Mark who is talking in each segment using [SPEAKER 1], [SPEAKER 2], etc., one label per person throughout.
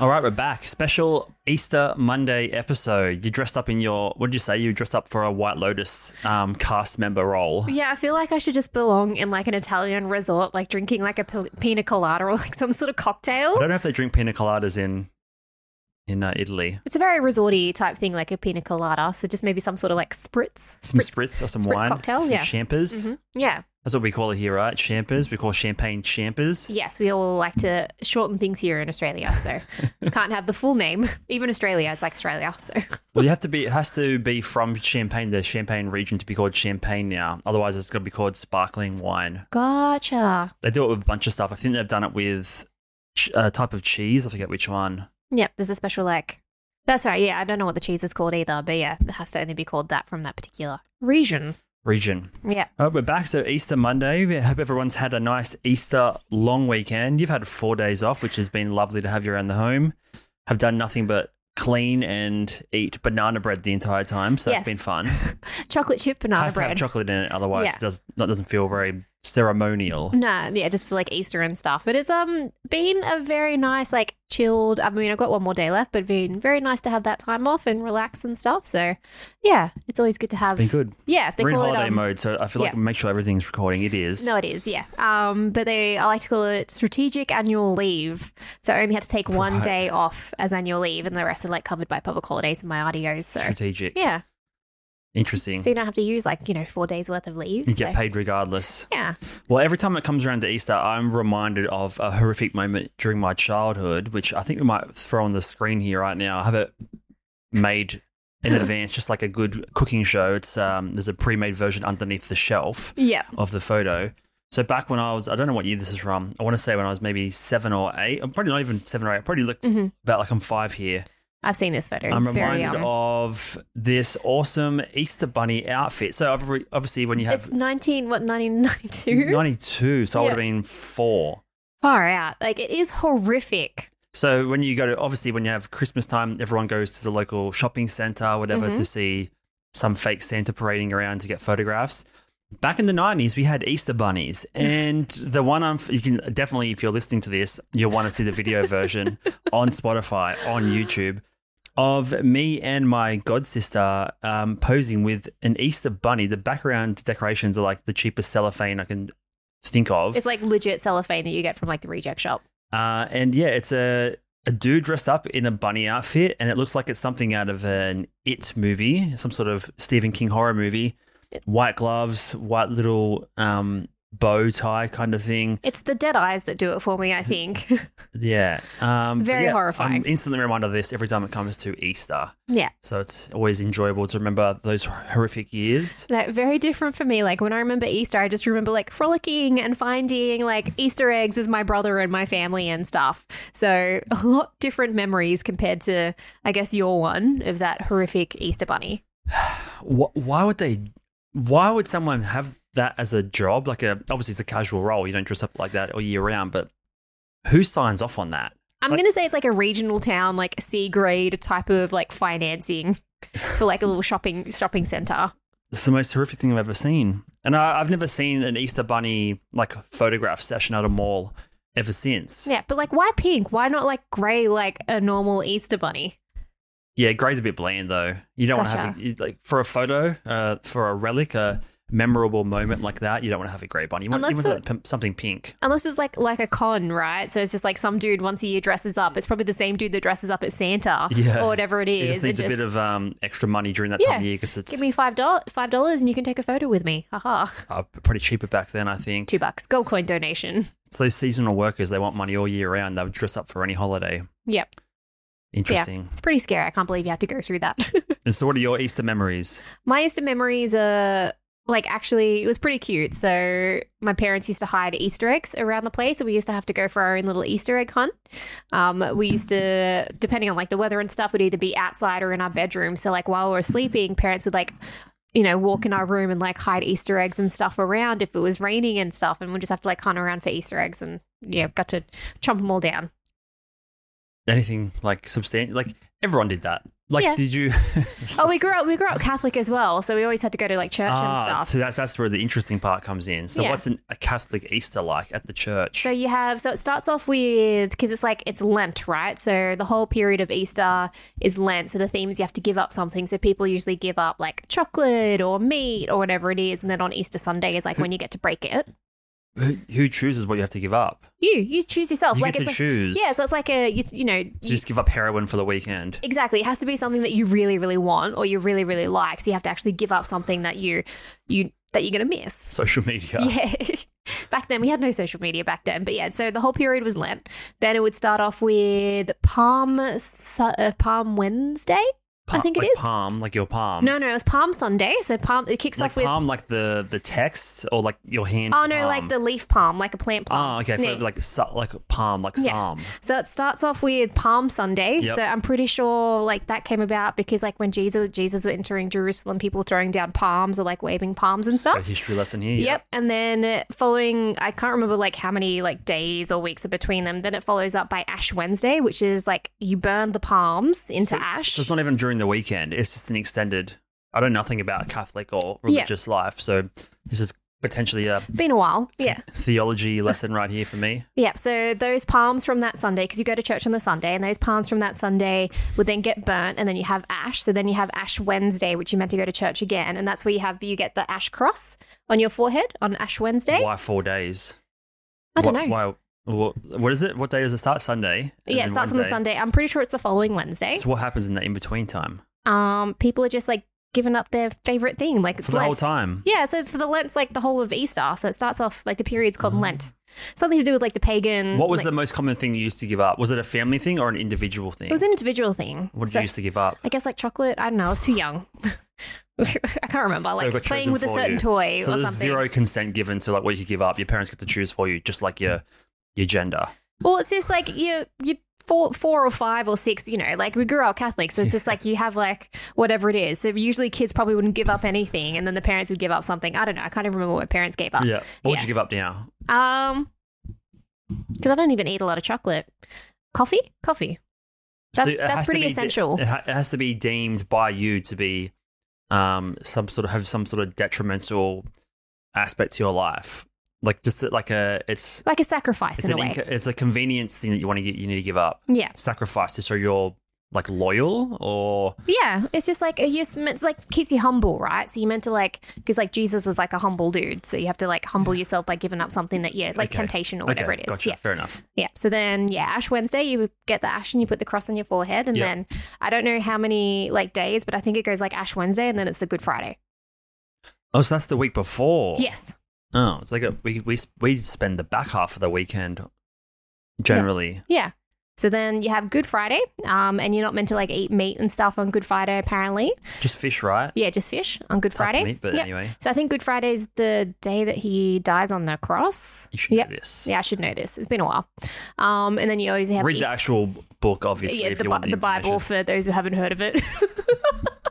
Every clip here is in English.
[SPEAKER 1] All right, we're back. Special Easter Monday episode. You dressed up in your, what did you say? You dressed up for a White Lotus um, cast member role.
[SPEAKER 2] Yeah, I feel like I should just belong in like an Italian resort, like drinking like a pil- pina colada or like some sort of
[SPEAKER 1] I
[SPEAKER 2] cocktail.
[SPEAKER 1] don't know if they drink pina coladas in in uh, Italy.
[SPEAKER 2] It's a very resorty type thing, like a pina colada. So just maybe some sort of like spritz.
[SPEAKER 1] Some spritz or some
[SPEAKER 2] spritz
[SPEAKER 1] wine.
[SPEAKER 2] cocktail,
[SPEAKER 1] some
[SPEAKER 2] yeah.
[SPEAKER 1] champers.
[SPEAKER 2] Mhm. Yeah.
[SPEAKER 1] That's what we call it here, right? Champers. We call champagne champers.
[SPEAKER 2] Yes, we all like to shorten things here in Australia, so can't have the full name. Even Australia is like Australia, so
[SPEAKER 1] Well, you have to be. It has to be from Champagne, the Champagne region, to be called champagne now. Otherwise, it's going to be called sparkling wine.
[SPEAKER 2] gotcha.
[SPEAKER 1] They do it with a bunch of stuff. I think they've done it with ch- a type of cheese. I forget which one.
[SPEAKER 2] Yep, there's a special like. That's right. Yeah, I don't know what the cheese is called either, but yeah, it has to only be called that from that particular region.
[SPEAKER 1] Region.
[SPEAKER 2] Yeah.
[SPEAKER 1] Oh, we're back. So Easter Monday. We hope everyone's had a nice Easter long weekend. You've had four days off, which has been lovely to have you around the home. Have done nothing but clean and eat banana bread the entire time, so that's
[SPEAKER 2] Yes.
[SPEAKER 1] been fun.
[SPEAKER 2] Chocolate chip banana
[SPEAKER 1] Has to
[SPEAKER 2] bread.
[SPEAKER 1] have chocolate in it, otherwise
[SPEAKER 2] Yeah. Mm.
[SPEAKER 1] it does that doesn't feel very ceremonial.
[SPEAKER 2] Nah, yeah, just for like Easter and stuff. But it's um been a very nice, like chilled. I mean, I've got one more day left, but been very nice to have that time off and relax and stuff. So, yeah, it's always good to have.
[SPEAKER 1] Been good.
[SPEAKER 2] Yeah, they
[SPEAKER 1] We're in
[SPEAKER 2] call
[SPEAKER 1] holiday
[SPEAKER 2] it um,
[SPEAKER 1] mode, so I feel like
[SPEAKER 2] yeah.
[SPEAKER 1] make sure everything's recording. It is.
[SPEAKER 2] No, it is. Yeah. Um, but they I like to call it strategic annual leave. So I only had to take one
[SPEAKER 1] Right.
[SPEAKER 2] day off as annual leave, and the rest are like covered by public holidays and my RDOs. So
[SPEAKER 1] Strategic.
[SPEAKER 2] yeah,
[SPEAKER 1] Interesting.
[SPEAKER 2] so you don't have to use like you know four days worth of leave.
[SPEAKER 1] you
[SPEAKER 2] so.
[SPEAKER 1] get paid regardless.
[SPEAKER 2] Yeah.
[SPEAKER 1] Well, every time it comes around to Easter, I'm reminded of a horrific moment during my childhood, which I think we might throw on the screen here right now. I have it made in advance, just like a good cooking show. It's um, there's a pre-made version underneath the shelf
[SPEAKER 2] Yeah.
[SPEAKER 1] of the photo. So back when I was, I don't know what year this is from. I want to say when I was maybe seven or eight. I'm probably not even seven or eight. I probably looked
[SPEAKER 2] Mhm.
[SPEAKER 1] about like I'm five here.
[SPEAKER 2] I've seen this photo.
[SPEAKER 1] I'm
[SPEAKER 2] it's very
[SPEAKER 1] reminded
[SPEAKER 2] um,
[SPEAKER 1] of this awesome Easter bunny outfit. So obvi- obviously, when you have
[SPEAKER 2] it's nineteen what nineteen ninety two.
[SPEAKER 1] 92, so I would
[SPEAKER 2] Yeah.
[SPEAKER 1] have been four.
[SPEAKER 2] Far out. Like it is horrific.
[SPEAKER 1] So when you go to obviously when you have Christmas time, everyone goes to the local shopping center, whatever, to see some fake Santa parading around to get photographs. Back in the nineties, we had Easter bunnies, and the one I'm you can definitely if you're listening to this, you'll want to see the video version on Spotify on YouTube of me and my god sister um, posing with an Easter bunny. The background decorations are like the cheapest cellophane I can think of.
[SPEAKER 2] It's like legit cellophane that you get from like the reject shop.
[SPEAKER 1] Uh, and yeah, it's a a dude dressed up in a bunny outfit, and it looks like it's something out of an It movie, some sort of Stephen King horror movie. White gloves, white little um, bow tie kind of thing.
[SPEAKER 2] It's the dead eyes that do it for me. I think.
[SPEAKER 1] Yeah, um, but
[SPEAKER 2] Very
[SPEAKER 1] yeah,
[SPEAKER 2] horrifying.
[SPEAKER 1] I'm instantly reminded of this every time it comes to Easter,
[SPEAKER 2] yeah.
[SPEAKER 1] so it's always enjoyable to remember those horrific years.
[SPEAKER 2] No, very different for me. Like when I remember Easter, I just remember like frolicking and finding like Easter eggs with my brother and my family and stuff. So a lot different memories compared to, I guess, your one of that horrific Easter bunny.
[SPEAKER 1] Wh- why would they? Why would someone have that as a job? Like a obviously it's a casual role. You don't dress up like that all year round. But who signs off on that?
[SPEAKER 2] I'm
[SPEAKER 1] Like-
[SPEAKER 2] gonna say it's like a regional town, like C grade type of like financing for like a little shopping shopping center.
[SPEAKER 1] It's the most horrific thing I've ever seen. And I, I've never seen an Easter bunny like photograph session at a mall ever since.
[SPEAKER 2] Yeah, but like why pink? Why not like grey like a normal Easter bunny?
[SPEAKER 1] Yeah, grey's a bit bland though. You don't want
[SPEAKER 2] Gotcha.
[SPEAKER 1] to have a, like for a photo, uh, for a relic, a memorable moment like that. You don't want to have a grey bunny. You want, you
[SPEAKER 2] Unless
[SPEAKER 1] want something- something pink.
[SPEAKER 2] Unless it's like like a con, right? So it's just like some dude once a year dresses up. It's probably the same dude that dresses up at Santa
[SPEAKER 1] Yeah.
[SPEAKER 2] or whatever it
[SPEAKER 1] It
[SPEAKER 2] is.
[SPEAKER 1] just needs
[SPEAKER 2] and
[SPEAKER 1] a bit
[SPEAKER 2] just,
[SPEAKER 1] of um, extra money during that
[SPEAKER 2] Yeah.
[SPEAKER 1] time of year because it's
[SPEAKER 2] give me five dollars, five dollars, and you can take a photo with me. Haha,
[SPEAKER 1] uh, pretty cheaper back then. I think
[SPEAKER 2] two bucks, gold coin donation.
[SPEAKER 1] it's those seasonal workers. They want money all year round. They'll dress up for any holiday.
[SPEAKER 2] Yep,
[SPEAKER 1] Interesting.
[SPEAKER 2] it's pretty scary. I can't believe you had to go through that.
[SPEAKER 1] And so, what are your Easter memories?
[SPEAKER 2] My Easter memories are like actually it was pretty cute. So my parents used to hide Easter eggs around the place, and we used to have to go for our own little Easter egg hunt. Um, we used to, depending on like the weather and stuff, would either be outside or in our bedroom. So like while we were sleeping, parents would like. You know, walk in our room and like hide Easter eggs and stuff around if it was raining and stuff, and we'll just have to like hunt around for Easter eggs and yeah, got to chomp them all down.
[SPEAKER 1] anything like substantial. Like everyone did that. Like,
[SPEAKER 2] Yeah.
[SPEAKER 1] did you?
[SPEAKER 2] Oh, we grew up we grew up Catholic as well, so we always had to go to like church
[SPEAKER 1] Ah,
[SPEAKER 2] and stuff.
[SPEAKER 1] so that, that's where the interesting part comes in. So,
[SPEAKER 2] Yeah.
[SPEAKER 1] what's an, a Catholic Easter like at the church?
[SPEAKER 2] So you have so it starts off with because it's like it's Lent, right? So the whole period of Easter is Lent. So the theme is you have to give up something. So people usually give up like chocolate or meat or whatever it is, and then on Easter Sunday is like when you get to break it.
[SPEAKER 1] who, who chooses what you have to give up?
[SPEAKER 2] You you choose yourself.
[SPEAKER 1] You
[SPEAKER 2] like
[SPEAKER 1] get to
[SPEAKER 2] it's like,
[SPEAKER 1] choose.
[SPEAKER 2] yeah, so it's like a you, you know
[SPEAKER 1] So you just give up heroin for the weekend.
[SPEAKER 2] Exactly. It has to be something that you really, really want or you really, really like. So you have to actually give up something that you you that you're gonna miss.
[SPEAKER 1] Social media.
[SPEAKER 2] Yeah. back then we had no social media back then, but yeah. So the whole period was Lent. Then it would start off with Palm Su- uh, Palm Wednesday.
[SPEAKER 1] Pa-
[SPEAKER 2] I think it
[SPEAKER 1] like
[SPEAKER 2] is.
[SPEAKER 1] Palm, like your palms.
[SPEAKER 2] No, no, it was Palm Sunday. So Palm it kicks
[SPEAKER 1] Like
[SPEAKER 2] off with
[SPEAKER 1] palm, like the the text or like your hand.
[SPEAKER 2] oh no, like
[SPEAKER 1] palm.
[SPEAKER 2] the leaf palm, like a plant palm.
[SPEAKER 1] Oh, okay.
[SPEAKER 2] Yeah.
[SPEAKER 1] For like su- like palm, like
[SPEAKER 2] Yeah.
[SPEAKER 1] psalm.
[SPEAKER 2] So it starts off with Palm Sunday.
[SPEAKER 1] Yep.
[SPEAKER 2] So I'm pretty sure like that came about because like when Jesus Jesus were entering Jerusalem, people were throwing down palms or like waving palms and
[SPEAKER 1] Got a
[SPEAKER 2] stuff.
[SPEAKER 1] history lesson here.
[SPEAKER 2] Yep. And then uh, following, I can't remember like how many like days or weeks are between them. Then it follows up by Ash Wednesday, which is like you burn the palms into ash.
[SPEAKER 1] So it's not even during the weekend. It's just an extended. I know nothing about Catholic or religious life, so this is potentially a
[SPEAKER 2] Been a while.
[SPEAKER 1] th-
[SPEAKER 2] Yeah.
[SPEAKER 1] theology lesson right here for me.
[SPEAKER 2] Yeah. So those palms from that Sunday, because you go to church on the Sunday, and those palms from that Sunday would then get burnt, and then you have ash. So then you have Ash Wednesday, which you meant to go to church again, and that's where you have you get the ash cross on your forehead on Ash Wednesday.
[SPEAKER 1] Why four days?
[SPEAKER 2] I don't
[SPEAKER 1] Why-
[SPEAKER 2] know.
[SPEAKER 1] Why? What, what is it? What day does it start? Sunday. and
[SPEAKER 2] Yeah, it
[SPEAKER 1] then
[SPEAKER 2] starts on the
[SPEAKER 1] Wednesday?
[SPEAKER 2] Sunday. I'm pretty sure it's the following Wednesday.
[SPEAKER 1] So what happens in that in between time
[SPEAKER 2] Um, people are just like giving up their favorite thing, like it's
[SPEAKER 1] for the whole
[SPEAKER 2] Lent.
[SPEAKER 1] time?
[SPEAKER 2] Yeah, so for the Lent's like the whole of Easter. So it starts off like the period's called Lent. Something to do with like the pagan.
[SPEAKER 1] Uh-huh. What was the
[SPEAKER 2] like,
[SPEAKER 1] most common thing you used to give up? Was it a family thing or an individual thing?
[SPEAKER 2] It was an individual thing.
[SPEAKER 1] what did
[SPEAKER 2] So
[SPEAKER 1] you used to give up?
[SPEAKER 2] I guess like chocolate. I don't know. I was too young. I can't remember.
[SPEAKER 1] So
[SPEAKER 2] Like
[SPEAKER 1] it got
[SPEAKER 2] playing
[SPEAKER 1] chosen
[SPEAKER 2] with a
[SPEAKER 1] for
[SPEAKER 2] certain
[SPEAKER 1] you.
[SPEAKER 2] toy
[SPEAKER 1] so
[SPEAKER 2] or
[SPEAKER 1] there's
[SPEAKER 2] something.
[SPEAKER 1] zero consent given to like what you give up. Your parents get to choose for you, just like your your gender.
[SPEAKER 2] Well, it's just like you you four four or five or six. You know, like we grew up Catholic, so it's just like you have like whatever it is. So usually kids probably wouldn't give up anything, and then the parents would give up something. I don't know. I can't even remember what parents gave up.
[SPEAKER 1] yeah. What would
[SPEAKER 2] Uh, yeah.
[SPEAKER 1] you give up now?
[SPEAKER 2] Um, because I don't even eat a lot of chocolate. Coffee, coffee. That's-
[SPEAKER 1] it
[SPEAKER 2] that's
[SPEAKER 1] has to
[SPEAKER 2] pretty
[SPEAKER 1] be de-
[SPEAKER 2] essential.
[SPEAKER 1] it, ha- it has to be deemed by you to be um, some sort of have some sort of detrimental aspect to your life, like just like a it's
[SPEAKER 2] like a sacrifice
[SPEAKER 1] it's
[SPEAKER 2] in a
[SPEAKER 1] an
[SPEAKER 2] way.
[SPEAKER 1] inco- it's a convenience thing that you want to get you need to give up.
[SPEAKER 2] yeah,
[SPEAKER 1] Sacrifice it so you're like loyal or
[SPEAKER 2] yeah. It's just like it just it's like keeps you humble, right? So you meant to like because like Jesus was like a humble dude, so you have to like humble yourself by giving up something that yeah, like
[SPEAKER 1] Okay.
[SPEAKER 2] temptation or whatever
[SPEAKER 1] okay,
[SPEAKER 2] it is.
[SPEAKER 1] Gotcha.
[SPEAKER 2] Yeah,
[SPEAKER 1] Fair enough.
[SPEAKER 2] yeah. So then yeah, Ash Wednesday, you get the ash and you put the cross on your forehead, and
[SPEAKER 1] Yeah.
[SPEAKER 2] then I don't know how many like days, but I think it goes like Ash Wednesday, and then it's the Good Friday.
[SPEAKER 1] Oh, so that's the week before.
[SPEAKER 2] Yes,
[SPEAKER 1] Oh, it's like a, we we we spend the back half of the weekend generally.
[SPEAKER 2] yeah. So then you have Good Friday, um, and you're not meant to like eat meat and stuff on Good Friday apparently.
[SPEAKER 1] Just fish, right?
[SPEAKER 2] Yeah, just fish on Good
[SPEAKER 1] Type of
[SPEAKER 2] Friday.
[SPEAKER 1] meat, but
[SPEAKER 2] Yep.
[SPEAKER 1] anyway,
[SPEAKER 2] So I think Good Friday is the day that he dies on the cross.
[SPEAKER 1] you should
[SPEAKER 2] Yep.
[SPEAKER 1] do this.
[SPEAKER 2] Yeah, I should know this. It's been a while. Um, and then you always have
[SPEAKER 1] Read
[SPEAKER 2] Easter-
[SPEAKER 1] the actual book, obviously,
[SPEAKER 2] yeah,
[SPEAKER 1] if
[SPEAKER 2] the,
[SPEAKER 1] you
[SPEAKER 2] Bi-
[SPEAKER 1] want the,
[SPEAKER 2] the Bible
[SPEAKER 1] information.
[SPEAKER 2] for those who haven't heard of it.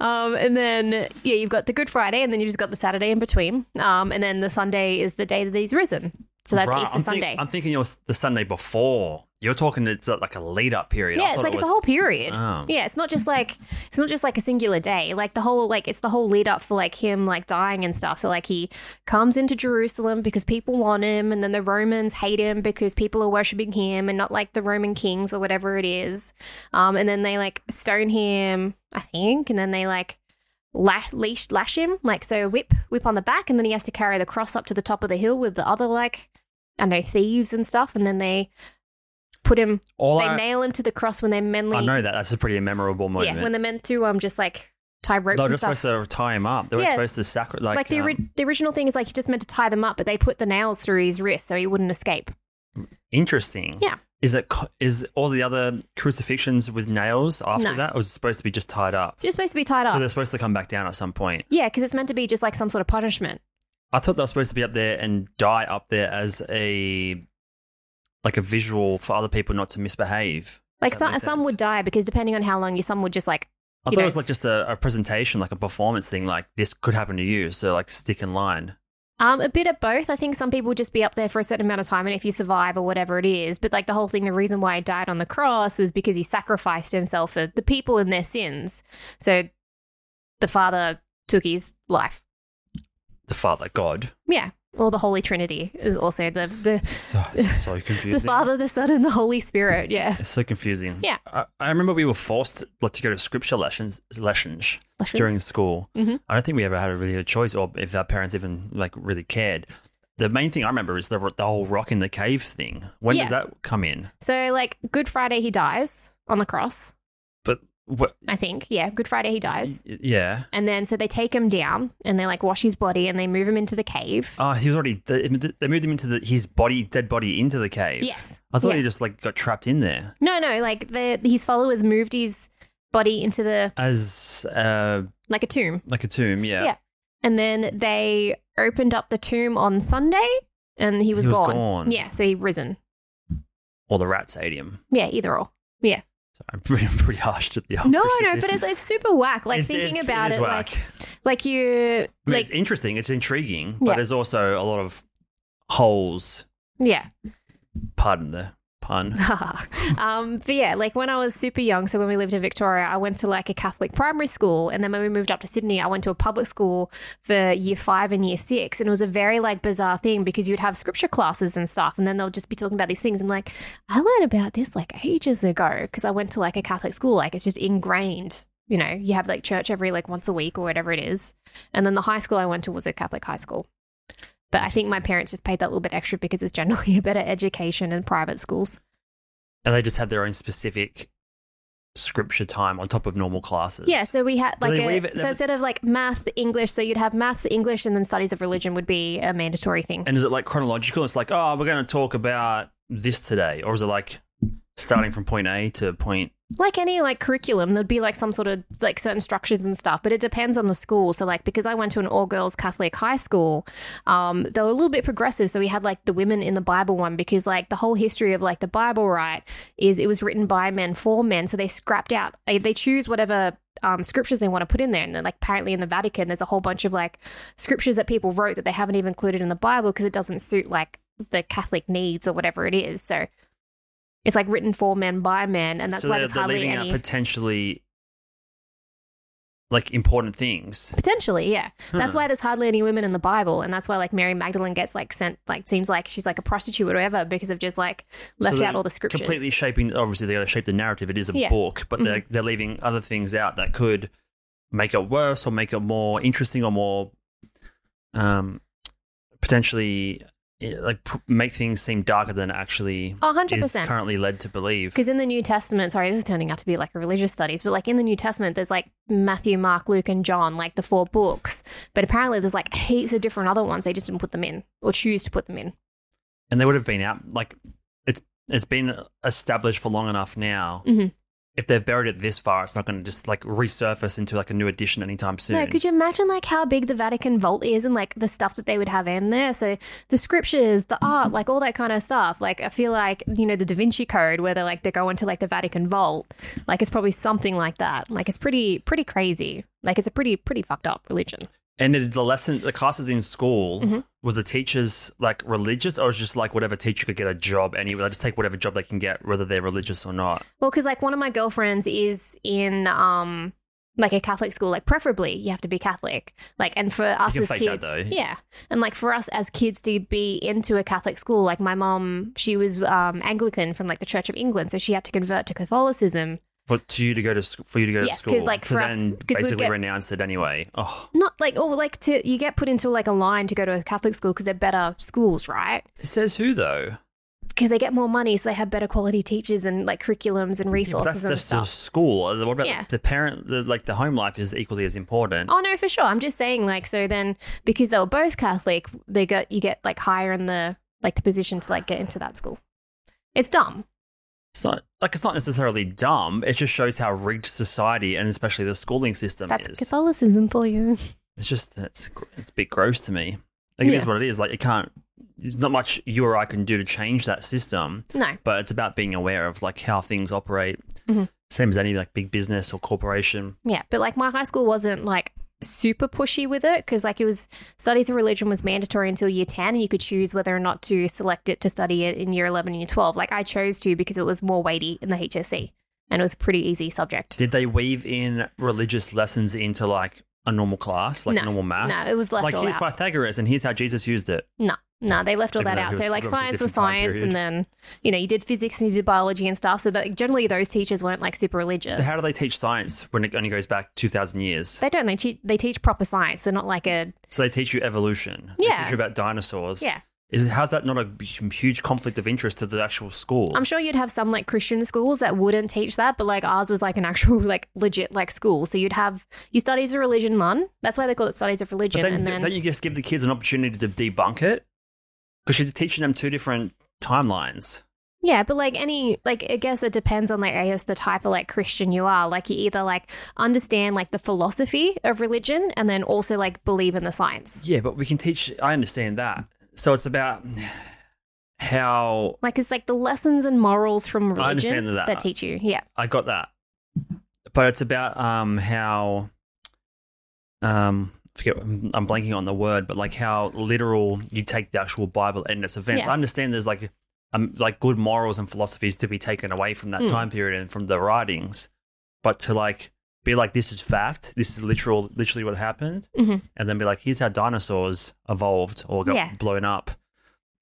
[SPEAKER 2] um, and then yeah, you've got the Good Friday, and then you've just got the Saturday in between. Um, and then the Sunday is the day that he's risen. So that's
[SPEAKER 1] Right,
[SPEAKER 2] Easter
[SPEAKER 1] I'm think-
[SPEAKER 2] Sunday.
[SPEAKER 1] I'm thinking you're s- the Sunday before. You're talking it's uh, like a lead up period. I
[SPEAKER 2] yeah, it's
[SPEAKER 1] thought
[SPEAKER 2] like
[SPEAKER 1] it
[SPEAKER 2] it's a
[SPEAKER 1] was-
[SPEAKER 2] whole period.
[SPEAKER 1] Oh.
[SPEAKER 2] Yeah, it's not just like it's not just like a singular day. Like the whole like it's the whole lead up for like him like dying and stuff. So like he comes into Jerusalem because people want him, and then the Romans hate him because people are worshiping him and not like the Roman kings or whatever it is. Um, and then they like stone him, I think, and then they like. Lash, leash, lash him like so whip whip on the back and then he has to carry the cross up to the top of the hill with the other like i know thieves and stuff and then they put him
[SPEAKER 1] All
[SPEAKER 2] they
[SPEAKER 1] I,
[SPEAKER 2] nail him to the cross when they're menly.
[SPEAKER 1] I know that. That's a pretty memorable moment.
[SPEAKER 2] Yeah, when they're meant to um just like tie ropes
[SPEAKER 1] they were
[SPEAKER 2] and
[SPEAKER 1] just
[SPEAKER 2] stuff.
[SPEAKER 1] supposed to tie him up. They were
[SPEAKER 2] Yeah.
[SPEAKER 1] supposed to sacrifice. Like,
[SPEAKER 2] like the,
[SPEAKER 1] um,
[SPEAKER 2] ori- the original thing is like he just meant to tie them up, but they put the nails through his wrist so he wouldn't escape.
[SPEAKER 1] interesting.
[SPEAKER 2] Yeah.
[SPEAKER 1] Is it co- is all the other crucifixions with nails after
[SPEAKER 2] No.
[SPEAKER 1] that? Or was it supposed to be just tied up?
[SPEAKER 2] Just supposed to be tied
[SPEAKER 1] So
[SPEAKER 2] up.
[SPEAKER 1] they're supposed to come back down at some point.
[SPEAKER 2] yeah, because it's meant to be just like some sort of punishment.
[SPEAKER 1] I thought they were supposed to be up there and die up there as a like a visual for other people not to misbehave.
[SPEAKER 2] Like
[SPEAKER 1] That
[SPEAKER 2] some,
[SPEAKER 1] makes
[SPEAKER 2] some
[SPEAKER 1] sense.
[SPEAKER 2] would die because depending on how long you, some would just like
[SPEAKER 1] I
[SPEAKER 2] You
[SPEAKER 1] thought
[SPEAKER 2] know-
[SPEAKER 1] it was like just a, a presentation, like a performance thing, like this could happen to you, so like stick in line.
[SPEAKER 2] Um, a bit of both. I think some people would just be up there for a certain amount of time, and if you survive or whatever it is, but like the whole thing, the reason why he died on the cross was because he sacrificed himself for the people and their sins. So the Father took his life.
[SPEAKER 1] The Father God.
[SPEAKER 2] Yeah. Or the Holy Trinity is also the the,
[SPEAKER 1] So so confusing.
[SPEAKER 2] the Father, the Son, and the Holy Spirit. Yeah.
[SPEAKER 1] It's so confusing.
[SPEAKER 2] Yeah.
[SPEAKER 1] I, I remember we were forced like, to go to scripture lessons, lessons during school.
[SPEAKER 2] Mhm.
[SPEAKER 1] I don't think we ever had a really a choice, or if our parents even like really cared. The main thing I remember is the the whole rock in the cave thing. When does
[SPEAKER 2] Yeah.
[SPEAKER 1] that come in?
[SPEAKER 2] So like Good Friday, he dies on the cross.
[SPEAKER 1] But what?
[SPEAKER 2] I think. Yeah. Good Friday, he
[SPEAKER 1] Mm.
[SPEAKER 2] dies.
[SPEAKER 1] Yeah.
[SPEAKER 2] And then, so they take him down and they like wash his body and they move him into the cave.
[SPEAKER 1] Oh, he was already. They they moved him into the, his body, dead body, into the cave.
[SPEAKER 2] Yes.
[SPEAKER 1] I thought
[SPEAKER 2] Yeah.
[SPEAKER 1] he just like got trapped in there
[SPEAKER 2] No, no, like the his followers moved his body into the
[SPEAKER 1] as uh,
[SPEAKER 2] like a tomb,
[SPEAKER 1] like a tomb. Yeah.
[SPEAKER 2] Yeah. and then they opened up the tomb on Sunday, and he was,
[SPEAKER 1] He was
[SPEAKER 2] gone.
[SPEAKER 1] gone.
[SPEAKER 2] Yeah, so he risen.
[SPEAKER 1] Or the rats ate him.
[SPEAKER 2] Yeah, either or.
[SPEAKER 1] So I'm pretty, I'm pretty harsh to the.
[SPEAKER 2] No, no, but it's, it's super whack. Like
[SPEAKER 1] It's-
[SPEAKER 2] thinking
[SPEAKER 1] it's-
[SPEAKER 2] about
[SPEAKER 1] is
[SPEAKER 2] it,
[SPEAKER 1] whack.
[SPEAKER 2] like like you
[SPEAKER 1] I mean,
[SPEAKER 2] like
[SPEAKER 1] it's interesting, it's intriguing,
[SPEAKER 2] Yeah.
[SPEAKER 1] but there's also a lot of holes.
[SPEAKER 2] yeah.
[SPEAKER 1] Pardon the pun.
[SPEAKER 2] um, but yeah, like when I was super young, so when we lived in Victoria, I went to like a Catholic primary school. And then when we moved up to Sydney, I went to a public school for year five and year six. And it was a very like bizarre thing because you'd have scripture classes and stuff. And then they'll just be talking about these things. I'm like, I learned about this like ages ago because I went to like a Catholic school. Like it's just ingrained. You know, you have like church every like once a week or whatever it is. And then the high school I went to was a Catholic high school. But I think my parents just paid that little bit extra because it's generally a better education in private schools.
[SPEAKER 1] And they just had their own specific scripture time on top of normal classes.
[SPEAKER 2] Yeah, so we had
[SPEAKER 1] But
[SPEAKER 2] like
[SPEAKER 1] they waive
[SPEAKER 2] a,
[SPEAKER 1] it-
[SPEAKER 2] so instead of like math, English, so you'd have maths, English, and then studies of religion would be a mandatory thing.
[SPEAKER 1] And is it like chronological? It's like, oh, we're going to talk about this today. Or is it like starting from point A to point.
[SPEAKER 2] Like any like curriculum, there'd be like some sort of like certain structures and stuff, but it depends on the school. So like because I went to an all girls Catholic high school, um, they were a little bit progressive. So we had like the women in the Bible one because like the whole history of like the Bible right is it was written by men for men. So they scrapped out they, they choose whatever um, scriptures they want to put in there. And then like apparently in the Vatican there's a whole bunch of like scriptures that people wrote that they haven't even included in the Bible because it doesn't suit like the Catholic needs or whatever it is. So it's like written for men by men, and that's
[SPEAKER 1] so
[SPEAKER 2] why
[SPEAKER 1] they're,
[SPEAKER 2] there's
[SPEAKER 1] they're
[SPEAKER 2] hardly
[SPEAKER 1] leaving
[SPEAKER 2] any.
[SPEAKER 1] out potentially like important things.
[SPEAKER 2] Potentially, yeah. That's
[SPEAKER 1] Huh.
[SPEAKER 2] why there's hardly any women in the Bible, and that's why like Mary Magdalene gets like sent like seems like she's like a prostitute or whatever because of just like left
[SPEAKER 1] they're
[SPEAKER 2] out all the scriptures.
[SPEAKER 1] Completely shaping, obviously, they got to shape the narrative. It is a
[SPEAKER 2] Yeah. Mm-hmm.
[SPEAKER 1] book, but they're, they're leaving other things out that could make it worse or make it more interesting or more um, potentially eh, like p- make things seem darker than it actually
[SPEAKER 2] A hundred
[SPEAKER 1] is
[SPEAKER 2] percent.
[SPEAKER 1] currently led to believe.
[SPEAKER 2] Because in the New Testament, sorry, this is turning out to be like a religious studies, but like in the New Testament, there's like Matthew, Mark, Luke, and John, like the four books. But apparently, there's like heaps of different other ones. They just didn't put them in or choose to put them in.
[SPEAKER 1] And they would have been out like it's it's been established for long enough now.
[SPEAKER 2] Mhm.
[SPEAKER 1] If they've buried it this far, it's not going to just like resurface into like a new edition anytime soon.
[SPEAKER 2] No, could you imagine like how big the Vatican vault is and like the stuff that they would have in there? So the scriptures, the art, like all that kind of stuff. Like I feel like you know the Da Vinci Code, where they like they go into like the Vatican vault. Like it's probably something like that. Like it's pretty pretty crazy. Like it's a pretty pretty fucked up religion.
[SPEAKER 1] And did the lesson, the classes in school,
[SPEAKER 2] Mhm.
[SPEAKER 1] was the teachers like religious, or was it just like whatever teacher could get a job anyway? They just take whatever job they can get, whether they're religious or not.
[SPEAKER 2] Well, because like one of my girlfriends is in um like a Catholic school, like preferably you have to be Catholic. Like, and for us
[SPEAKER 1] can
[SPEAKER 2] as
[SPEAKER 1] fake that,
[SPEAKER 2] kids,
[SPEAKER 1] though.
[SPEAKER 2] yeah, and like for us as kids to be into a Catholic school, like my mom, she was um, Anglican from like the Church of England, so she had to convert to Catholicism.
[SPEAKER 1] For to you to go to sc- for you to go
[SPEAKER 2] Yes,
[SPEAKER 1] to
[SPEAKER 2] 'cause,
[SPEAKER 1] school,
[SPEAKER 2] like,
[SPEAKER 1] to
[SPEAKER 2] for us-
[SPEAKER 1] then
[SPEAKER 2] 'cause we'd
[SPEAKER 1] basically
[SPEAKER 2] get-
[SPEAKER 1] renounce it anyway. Oh,
[SPEAKER 2] Not like oh, like to you get put into like a line to go to a Catholic school because they're better schools, right?
[SPEAKER 1] it says who though?
[SPEAKER 2] Because they get more money, so they have better quality teachers and like curriculums and
[SPEAKER 1] But
[SPEAKER 2] resources
[SPEAKER 1] that's
[SPEAKER 2] and
[SPEAKER 1] just the
[SPEAKER 2] stuff.
[SPEAKER 1] school. Uh, What about
[SPEAKER 2] Yeah.
[SPEAKER 1] the parent? The, like the home life is equally as important.
[SPEAKER 2] Oh no, for sure. I'm just saying, like, so then because they were both Catholic, they got you get like higher in the like the position to like get into that school. It's dumb.
[SPEAKER 1] It's not like it's not necessarily dumb. It just shows how rigged society and especially the schooling system
[SPEAKER 2] That's
[SPEAKER 1] is.
[SPEAKER 2] Catholicism for you.
[SPEAKER 1] It's just it's gr- it's a bit gross to me. Like it is
[SPEAKER 2] Yeah.
[SPEAKER 1] what it is. Like it can't. There's not much you or I can do to change that system.
[SPEAKER 2] No,
[SPEAKER 1] But it's about being aware of like how things operate.
[SPEAKER 2] Mhm.
[SPEAKER 1] Same as any like big business or corporation.
[SPEAKER 2] yeah, but like my high school wasn't like super pushy with it because like it was studies of religion was mandatory until year 10 and you could choose whether or not to select it to study it in year 11 and year 12 like i chose to because it was more weighty in the hsc and it was a pretty easy subject
[SPEAKER 1] Did they weave in religious lessons into like a normal class, like
[SPEAKER 2] No.
[SPEAKER 1] normal math?
[SPEAKER 2] no it was left
[SPEAKER 1] like
[SPEAKER 2] all
[SPEAKER 1] here's
[SPEAKER 2] out
[SPEAKER 1] Pythagoras and here's how Jesus used it.
[SPEAKER 2] no no they left all
[SPEAKER 1] Even
[SPEAKER 2] that
[SPEAKER 1] though
[SPEAKER 2] out
[SPEAKER 1] it was-
[SPEAKER 2] so like
[SPEAKER 1] it was a
[SPEAKER 2] science was
[SPEAKER 1] different time
[SPEAKER 2] science and then you know you did physics and you did biology and stuff so that generally those teachers weren't like super religious
[SPEAKER 1] So how do they teach science when it only goes back two thousand years?
[SPEAKER 2] they don't they, te- they teach proper science they're not like a
[SPEAKER 1] So they teach you evolution. They
[SPEAKER 2] Yeah.
[SPEAKER 1] teach you about dinosaurs.
[SPEAKER 2] yeah
[SPEAKER 1] Is how's that not a b- huge conflict of interest to the actual school?
[SPEAKER 2] I'm sure you'd have some like Christian schools that wouldn't teach that, but like ours was like an actual like legit like school. So you'd have your studies of religion none. That's why they call it studies of religion.
[SPEAKER 1] but then,
[SPEAKER 2] and
[SPEAKER 1] d-
[SPEAKER 2] then
[SPEAKER 1] don't you just give the kids an opportunity to debunk it? Because you're teaching them two different timelines.
[SPEAKER 2] yeah, but like any like I guess it depends on like I guess the type of like Christian you are. Like you either like understand like the philosophy of religion and then also like believe in the science.
[SPEAKER 1] Yeah, but we can teach. I understand that. So it's about how
[SPEAKER 2] Like it's like the lessons and morals from religion
[SPEAKER 1] understand that.
[SPEAKER 2] teach you. Yeah.
[SPEAKER 1] I got that. But it's about um how um forget I'm I'm blanking on the word, but like how literal you take the actual Bible and its events.
[SPEAKER 2] Yeah.
[SPEAKER 1] I understand there's like um like good morals and philosophies to be taken away from that
[SPEAKER 2] Mm.
[SPEAKER 1] time period and from the writings, but to like be like this is fact, this is literal, literally what happened,
[SPEAKER 2] Mhm.
[SPEAKER 1] and then be like here's how dinosaurs evolved or got
[SPEAKER 2] Yeah.
[SPEAKER 1] blown up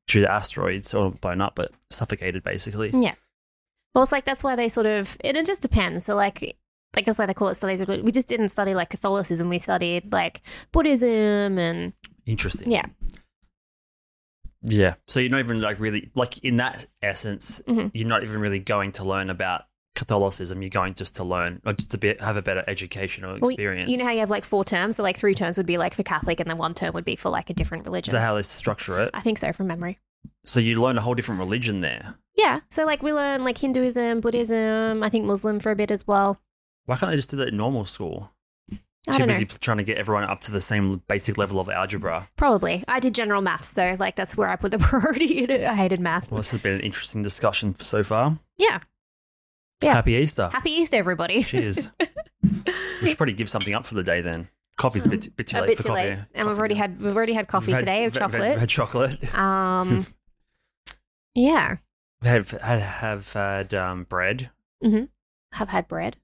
[SPEAKER 1] due to asteroids or blown up but suffocated basically.
[SPEAKER 2] Yeah. Well, it's like that's why they sort of and it just depends. So like like that's why they call it studies of religion. We just didn't study like Catholicism. We studied like Buddhism and
[SPEAKER 1] Interesting.
[SPEAKER 2] yeah,
[SPEAKER 1] Yeah. So you're not even like really like in that essence,
[SPEAKER 2] Mhm.
[SPEAKER 1] you're not even really going to learn about Catholicism. You're going just to learn or just to be, have a better educational
[SPEAKER 2] Well,
[SPEAKER 1] experience.
[SPEAKER 2] you know how you have like four terms. So like three terms would be like for Catholic, and then one term would be for like a different
[SPEAKER 1] Is
[SPEAKER 2] religion.
[SPEAKER 1] that how they structure it?
[SPEAKER 2] I think so from memory.
[SPEAKER 1] So you learn a whole different religion there.
[SPEAKER 2] Yeah. So like we learn like Hinduism, Buddhism. I think Muslim for a bit as well.
[SPEAKER 1] Why can't they just do that in normal school?
[SPEAKER 2] I
[SPEAKER 1] Too
[SPEAKER 2] don't
[SPEAKER 1] busy
[SPEAKER 2] know.
[SPEAKER 1] trying to get everyone up to the same basic level of algebra.
[SPEAKER 2] Probably. I did general math, so like that's where I put the priority. In it. I hated math.
[SPEAKER 1] Well, this has been an interesting discussion so far.
[SPEAKER 2] Yeah. Yeah.
[SPEAKER 1] Happy Easter.
[SPEAKER 2] Happy Easter, everybody.
[SPEAKER 1] Cheers. we should probably give something up for the day then. Coffee's a bit, bit too
[SPEAKER 2] a
[SPEAKER 1] late
[SPEAKER 2] bit
[SPEAKER 1] for
[SPEAKER 2] too
[SPEAKER 1] coffee.
[SPEAKER 2] late, and we've already had we've already had coffee today of chocolate.
[SPEAKER 1] Red chocolate.
[SPEAKER 2] Um,
[SPEAKER 1] Hmm.
[SPEAKER 2] yeah,
[SPEAKER 1] have had have had um, bread.
[SPEAKER 2] Mm-hmm. have had bread.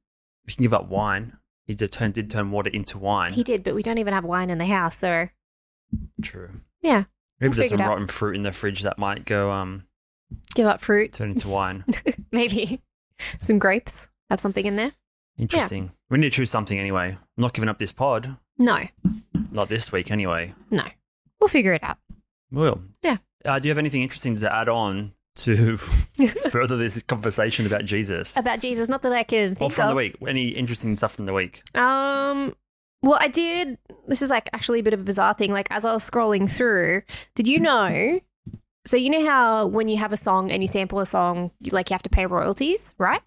[SPEAKER 1] You can give up wine. He did turn did turn water into wine.
[SPEAKER 2] He did, but we don't even have wine in the house, so
[SPEAKER 1] True.
[SPEAKER 2] yeah,
[SPEAKER 1] Maybe
[SPEAKER 2] We'll
[SPEAKER 1] there's some
[SPEAKER 2] figure it out.
[SPEAKER 1] rotten fruit in the fridge that might go um
[SPEAKER 2] give up fruit,
[SPEAKER 1] turn into wine.
[SPEAKER 2] maybe some grapes. Have something in there?
[SPEAKER 1] Interesting. We need to choose something anyway. I'm not giving up this pod.
[SPEAKER 2] No,
[SPEAKER 1] Not this week anyway.
[SPEAKER 2] no. We'll figure it out.
[SPEAKER 1] We will.
[SPEAKER 2] Yeah.
[SPEAKER 1] Uh, do you have anything interesting to add on to further this conversation about Jesus?
[SPEAKER 2] About Jesus, not that I can think
[SPEAKER 1] Or from
[SPEAKER 2] of.
[SPEAKER 1] the week? Any interesting stuff from the week?
[SPEAKER 2] Um, well, I did. This is like actually a bit of a bizarre thing. Like as I was scrolling through, did you know? So you know how when you have a song and you sample a song, you, like you have to pay royalties, right?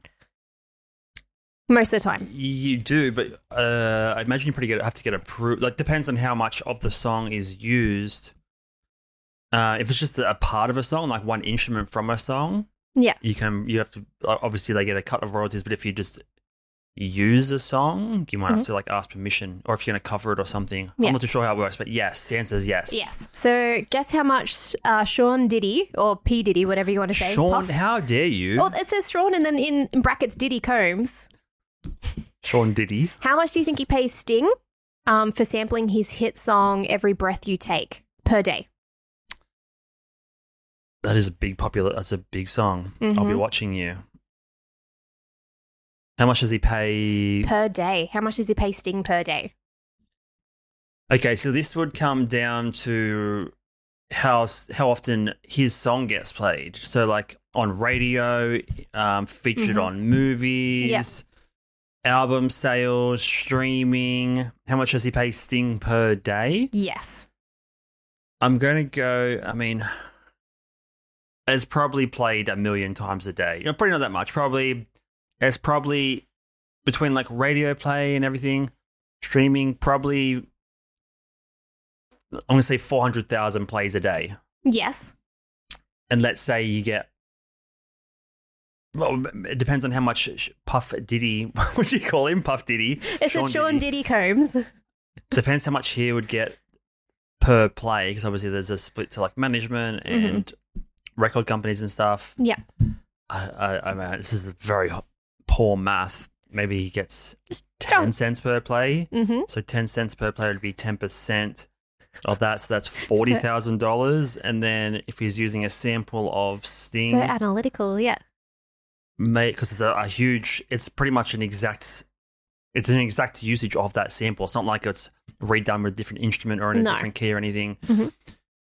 [SPEAKER 2] Most of the time.
[SPEAKER 1] You do, but uh, I imagine you pretty good. Have to get approved. Like depends on how much of the song is used. Uh, if it's just a part of a song, like one instrument from a song,
[SPEAKER 2] Yeah.
[SPEAKER 1] you can you have to like, obviously they get a cut of royalties. But if you just use a song, you might have to like ask permission, or if you're going to cover it or something.
[SPEAKER 2] Mm-hmm. Yeah.
[SPEAKER 1] I'm not too sure how it works, but yes, the answer is yes.
[SPEAKER 2] Yes. So guess how much uh, Sean Diddy or P Diddy, whatever you want to say.
[SPEAKER 1] Sean,
[SPEAKER 2] Puff-
[SPEAKER 1] how dare you,
[SPEAKER 2] Oh, it says Sean, and then in brackets Diddy Combs.
[SPEAKER 1] Sean Diddy?
[SPEAKER 2] How much do you think he pays Sting um, for sampling his hit song "Every Breath You Take" per day?
[SPEAKER 1] That is a big popular. That's a big song. I'll be
[SPEAKER 2] Mhm.
[SPEAKER 1] watching you. How much does he pay?
[SPEAKER 2] Per day. How much does he pay Sting per day?
[SPEAKER 1] Okay, so this would come down to how how often his song gets played. So, like on radio, um, featured
[SPEAKER 2] Mhm.
[SPEAKER 1] on movies, album sales, streaming. How much does he pay Sting per day?
[SPEAKER 2] Yes.
[SPEAKER 1] I'm gonna go. I mean, it's probably played a million times a day. You know, probably not that much. Probably it's probably between like radio play and everything, streaming. Probably I'm gonna say four hundred thousand plays a day,
[SPEAKER 2] Yes.
[SPEAKER 1] and let's say you get. Well, it depends on how much Puff Diddy. What do you call him? Puff Diddy.
[SPEAKER 2] It's Sean, Sean Diddy Combs.
[SPEAKER 1] Depends how much here would get per play, because obviously there's a split to like management
[SPEAKER 2] Mm-hmm.
[SPEAKER 1] and record companies and stuff.
[SPEAKER 2] Yeah.
[SPEAKER 1] I, I, I mean, this is very ho- poor math. Maybe he gets
[SPEAKER 2] Just
[SPEAKER 1] ten
[SPEAKER 2] don't-
[SPEAKER 1] cents per play.
[SPEAKER 2] Mm-hmm.
[SPEAKER 1] So ten cents per player would be ten percent of that. So that's forty thousand dollars. And then if he's using a sample of Sting,
[SPEAKER 2] So analytical, yeah.
[SPEAKER 1] mate, because it's a, a huge. It's pretty much an exact. It's an exact usage of that sample. It's not like it's redone with a different instrument or in a
[SPEAKER 2] No.
[SPEAKER 1] different key or anything.
[SPEAKER 2] Mhm.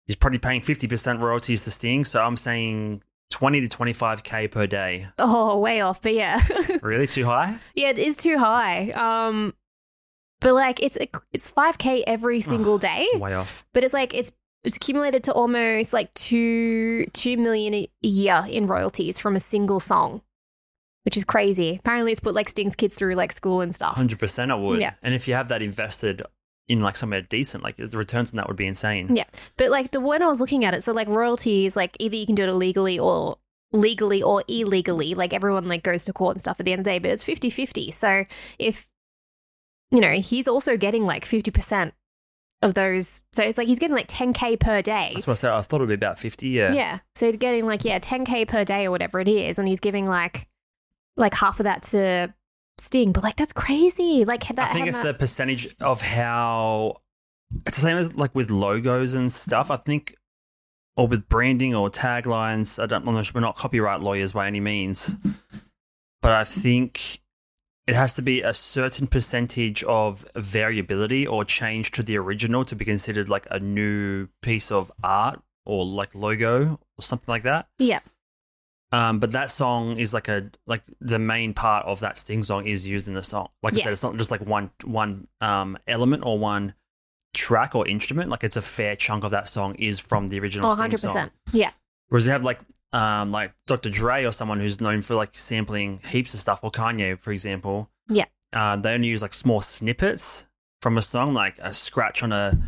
[SPEAKER 1] He's probably paying fifty percent royalties to Sting. So I'm saying twenty to twenty five k per day.
[SPEAKER 2] Oh, way off, but yeah.
[SPEAKER 1] Really too high?
[SPEAKER 2] yeah, it is too high. Um but like it's a, it's 5k every single day.
[SPEAKER 1] It's way off.
[SPEAKER 2] but it's like it's it's accumulated to almost like two two million a a year in royalties from a single song, which is crazy. Apparently, it's put like Sting's kids through like school and stuff.
[SPEAKER 1] Hundred percent, I would.
[SPEAKER 2] Yeah.
[SPEAKER 1] And if you have that invested in like somewhere decent, like the returns on that would be insane.
[SPEAKER 2] Yeah, but like the when I was looking at it, so like royalties, like either you can do it illegally or legally or illegally. Like everyone like goes to court and stuff at the end of the day, but it's 50-50. So if you know, he's also getting like fifty percent of those. So it's like he's getting like ten k per day.
[SPEAKER 1] That's what I said. I thought it would be about fifty. Yeah.
[SPEAKER 2] Yeah. So you're getting like, yeah, 10K per day or whatever it is. And he's giving like like half of that to Sting. But like, that's crazy. Like, had that.
[SPEAKER 1] I think
[SPEAKER 2] had
[SPEAKER 1] it's
[SPEAKER 2] that-
[SPEAKER 1] the percentage of how it's the same as like with logos and stuff. I think, or with branding or taglines. I don't. I'm not- We're not copyright lawyers by any means, but I think it has to be a certain percentage of variability or change to the original to be considered like a new piece of art or like logo or something like that.
[SPEAKER 2] Yeah.
[SPEAKER 1] Um, but that song is like a like the main part of that Sting song is used in the song. Like I said,
[SPEAKER 2] Yes.
[SPEAKER 1] it's not just like one one um element or one track or instrument. Like it's a fair chunk of that song is from the original
[SPEAKER 2] Oh,
[SPEAKER 1] Sting song.
[SPEAKER 2] 100%. Yeah.
[SPEAKER 1] Whereas you have like um like Dr. Dre or someone who's known for like sampling heaps of stuff, or Kanye for example.
[SPEAKER 2] Yeah.
[SPEAKER 1] Uh, they only use like small snippets from a song, like a scratch on a.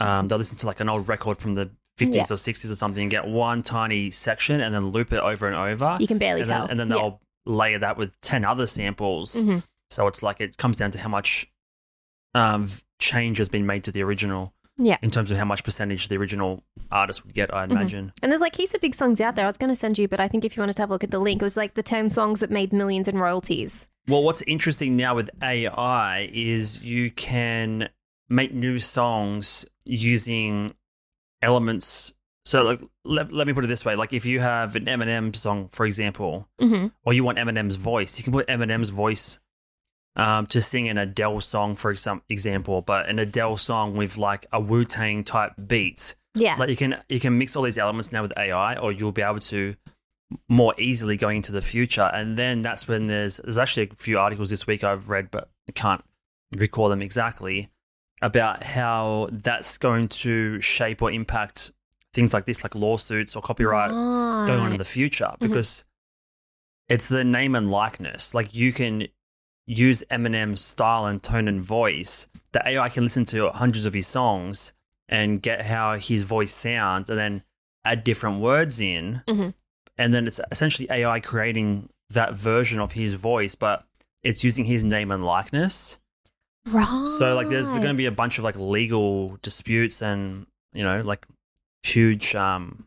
[SPEAKER 1] Um, they'll listen to like an old record from the 50s
[SPEAKER 2] Yeah.
[SPEAKER 1] or 60s or something and get one tiny section and then loop it over and over.
[SPEAKER 2] You can barely
[SPEAKER 1] and,
[SPEAKER 2] tell.
[SPEAKER 1] then, and then
[SPEAKER 2] Yeah.
[SPEAKER 1] they'll layer that with 10 other samples.
[SPEAKER 2] Mhm.
[SPEAKER 1] So it's like it comes down to how much um, change has been made to the original.
[SPEAKER 2] Yeah.
[SPEAKER 1] In terms of how much percentage the original artist would get, I
[SPEAKER 2] Mhm.
[SPEAKER 1] imagine.
[SPEAKER 2] And there's like heaps of big songs out there. I was going to send you, but I think if you wanted to have a look at the link, it was like the 10 songs that made millions in royalties.
[SPEAKER 1] Well, what's interesting now with AI is you can make new songs using elements. So, like, let, let me put it this way: like, if you have an Eminem song, for example,
[SPEAKER 2] Mm-hmm.
[SPEAKER 1] or you want Eminem's voice, you can put Eminem's voice um, to sing an Adele song, for exam- example, but an Adele song with like a Wu Tang type beat.
[SPEAKER 2] Yeah.
[SPEAKER 1] Like, you can you can mix all these elements now with AI, or you'll be able to more easily going into the future. And then that's when there's there's actually a few articles this week I've read, but I can't recall them exactly about how that's going to shape or impact things like this, like lawsuits or copyright going on in the future because it's the name and likeness. Like you can use Eminem's style and tone and voice. The AI can listen to hundreds of his songs and get how his voice sounds and then add different words in.
[SPEAKER 2] Mhm.
[SPEAKER 1] And then it's essentially AI creating that version of his voice, but it's using his name and likeness.
[SPEAKER 2] Right.
[SPEAKER 1] So like
[SPEAKER 2] Oh.
[SPEAKER 1] there's going to be a bunch of like legal disputes and you know like huge um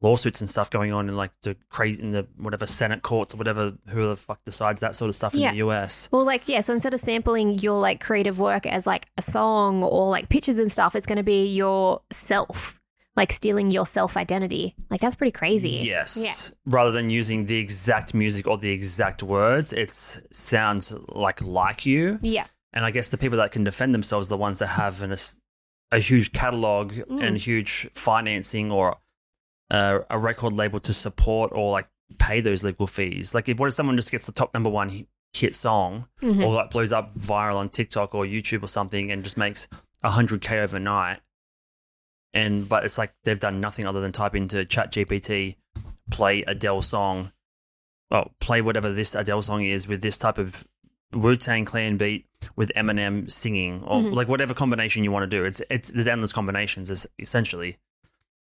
[SPEAKER 1] lawsuits and stuff going on in like the crazy in the whatever Senate courts or whatever whoever the fuck decides that sort of stuff
[SPEAKER 2] Yeah.
[SPEAKER 1] in the US.
[SPEAKER 2] Well, like, yeah, so instead of sampling your like creative work as like a song or like pictures and stuff, it's going to be yourself, like stealing your self identity. Like, that's pretty crazy.
[SPEAKER 1] Yes.
[SPEAKER 2] Yeah.
[SPEAKER 1] Rather than using the exact music or the exact words, it sounds like like you.
[SPEAKER 2] Yeah.
[SPEAKER 1] And I guess the people that can defend themselves are the ones that have an, a huge catalog and huge financing or uh, a record label to support or like pay those legal fees. Like, if what if someone just gets the top number one hi- hit song
[SPEAKER 2] Mhm.
[SPEAKER 1] or like blows up viral on TikTok or YouTube or something and just makes 100K overnight? And but it's like they've done nothing other than type into ChatGPT, play Adele song, well, play whatever this Adele song is with this type of Wu Tang Clan beat with Eminem singing, or like whatever combination you want to do. It's it's there's endless combinations es- essentially.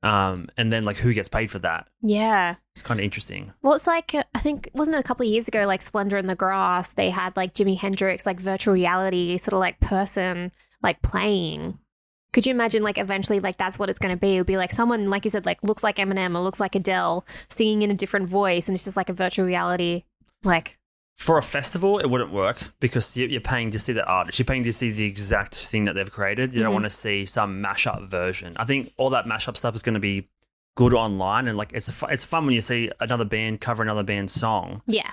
[SPEAKER 1] Um, and then like who gets paid for that?
[SPEAKER 2] Yeah.
[SPEAKER 1] It's kind of interesting.
[SPEAKER 2] Well, it's like uh, I think wasn't it a couple of years ago, like Splendor in the Grass, they had like Jimi Hendrix, like virtual reality sort of like person like playing. Could you imagine like eventually like that's what it's going to be? It'll be like someone like you said like looks like Eminem or looks like Adele singing in a different voice, and it's just like a virtual reality like
[SPEAKER 1] For a festival, it wouldn't work because you- you're paying to see the artist. You're paying to see the exact thing that they've created. You don't
[SPEAKER 2] Mhm.
[SPEAKER 1] want to see some mashup version. I think all that mashup stuff is going to be good online and like it's fu- it's fun when you see another band cover another band's song.
[SPEAKER 2] yeah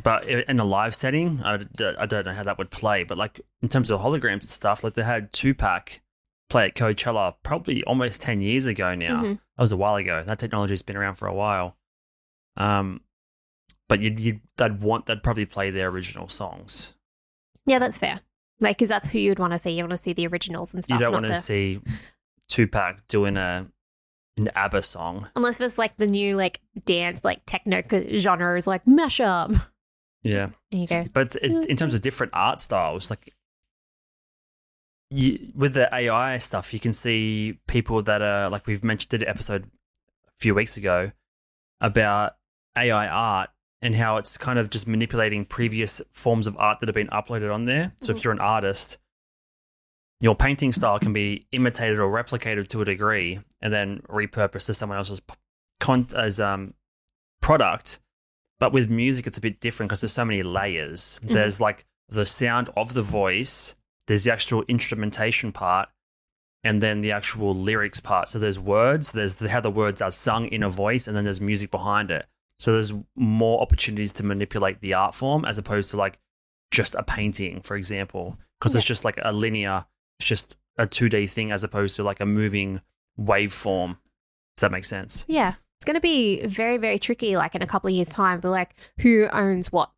[SPEAKER 1] But i- in a live setting, I, d- I don't know how that would play. But like in terms of holograms and stuff, like they had Tupac play at Coachella probably almost ten years ago now.
[SPEAKER 2] Mhm.
[SPEAKER 1] That was a while ago. That technology's been around for a while. Um, but you'd, you'd they'd want they'd probably play their original songs.
[SPEAKER 2] yeah that's fair like because that's who you'd want to see. You want to see the originals and stuff.
[SPEAKER 1] you don't
[SPEAKER 2] not
[SPEAKER 1] want to
[SPEAKER 2] the-
[SPEAKER 1] see Tupac doing a an ABBA song.
[SPEAKER 2] unless it's like the new like dance like techno genres like mashup.
[SPEAKER 1] Yeah.
[SPEAKER 2] There you go.
[SPEAKER 1] But it, in terms of different art styles, like you, with the AI stuff, you can see people that are like we've mentioned did an episode a few weeks ago about AI art and how it's kind of just manipulating previous forms of art that have been uploaded on there. So if you're an artist, your painting style can be imitated or replicated to a degree and then repurposed as someone else's p- con- as um, product. But with music, it's a bit different because there's so many layers. There's like the sound of the voice, there's the actual instrumentation part, and then the actual lyrics part. So there's words, there's the, how the words are sung in a voice, and then there's music behind it. So there's more opportunities to manipulate the art form as opposed to like just a painting, for example, because it's just like a linear, it's just a 2D thing as opposed to like a moving waveform. Does that make sense?
[SPEAKER 2] Yeah. It's going to be very, very tricky, like in a couple of years' time, but like who owns what?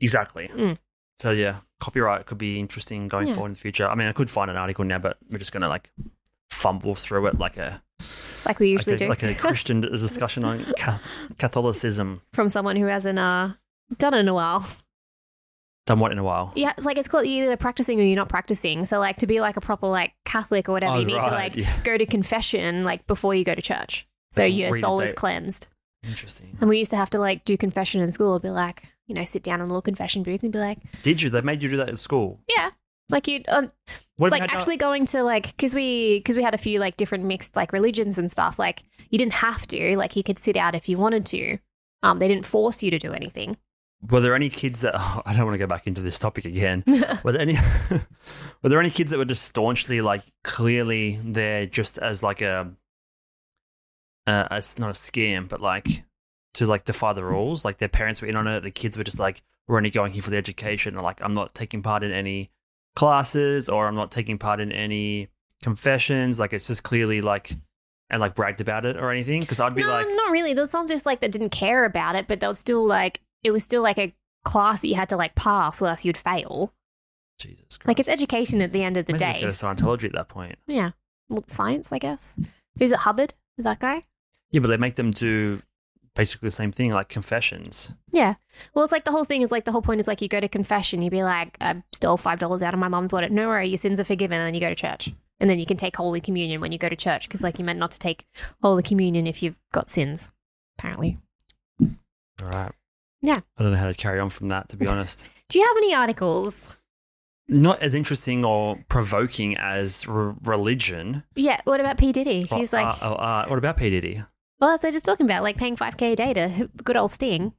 [SPEAKER 1] Exactly.
[SPEAKER 2] Mm.
[SPEAKER 1] So yeah, copyright could be interesting going
[SPEAKER 2] Yeah.
[SPEAKER 1] forward in the future. I mean, I could find an article now, but we're just gonna like fumble through it like a
[SPEAKER 2] Like we
[SPEAKER 1] like
[SPEAKER 2] usually
[SPEAKER 1] a,
[SPEAKER 2] do
[SPEAKER 1] like a Christian discussion on ca- Catholicism.
[SPEAKER 2] from someone who hasn't uh, done it in a while.
[SPEAKER 1] Done what in a while?
[SPEAKER 2] Yeah. It's like it's called you're either practicing or you're not practicing. So, like, to be like a proper like Catholic or whatever,
[SPEAKER 1] Oh,
[SPEAKER 2] you need to
[SPEAKER 1] right,
[SPEAKER 2] like
[SPEAKER 1] yeah.
[SPEAKER 2] go to confession like before you go to church. So
[SPEAKER 1] Then
[SPEAKER 2] your
[SPEAKER 1] read a
[SPEAKER 2] soul is
[SPEAKER 1] date.
[SPEAKER 2] cleansed.
[SPEAKER 1] Interesting.
[SPEAKER 2] And we used to have to like do confession in school, be like, you know, sit down in a little confession booth and be like,
[SPEAKER 1] Did you? They made you do that at school.
[SPEAKER 2] yeah. Like you, um,
[SPEAKER 1] What
[SPEAKER 2] like
[SPEAKER 1] about-
[SPEAKER 2] actually going to like because we because we had a few like different mixed like religions and stuff like you didn't have to like you could sit out if you wanted to um they didn't force you to do anything
[SPEAKER 1] were there any kids that? Oh, I don't want to go back into this topic again. were there any? were there any kids that were just staunchly like clearly there just as like a, uh, as not a scam, but like to like defy the rules? Like their parents were in on it. The kids were just like, we're only going here for the education. Or like I'm not taking part in any classes, or I'm not taking part in any confessions. Like it's just clearly like and like bragged about it or anything. Because I'd be
[SPEAKER 2] no
[SPEAKER 1] like,
[SPEAKER 2] not really there was some just like that didn't care about it but they would still like it was still like a class that you had to like pass or else you'd fail
[SPEAKER 1] Jesus Christ,
[SPEAKER 2] like it's education at the end of the
[SPEAKER 1] Might as well
[SPEAKER 2] day
[SPEAKER 1] just go to Scientology at that point.
[SPEAKER 2] yeah well science i guess who's it hubbard is that guy
[SPEAKER 1] Yeah, but they make them do basically the same thing, like confessions.
[SPEAKER 2] Yeah. Well, it's like the whole thing is like the whole point is like you go to confession, you'd be like, I stole five dollars out of my mom's wallet. No worry, your sins are forgiven, and then you go to church, and then you can take Holy Communion when you go to church because like you meant not to take Holy Communion if you've got sins. Apparently.
[SPEAKER 1] All right.
[SPEAKER 2] Yeah.
[SPEAKER 1] I don't know how to carry on from that, to be honest.
[SPEAKER 2] Do you have any articles?
[SPEAKER 1] Not as interesting or provoking as r- religion.
[SPEAKER 2] Yeah. What about P Diddy?
[SPEAKER 1] Or
[SPEAKER 2] He's like,
[SPEAKER 1] art- or art. what about P Diddy?
[SPEAKER 2] well, that's what I was just talking about, like paying five k a day to good old Sting.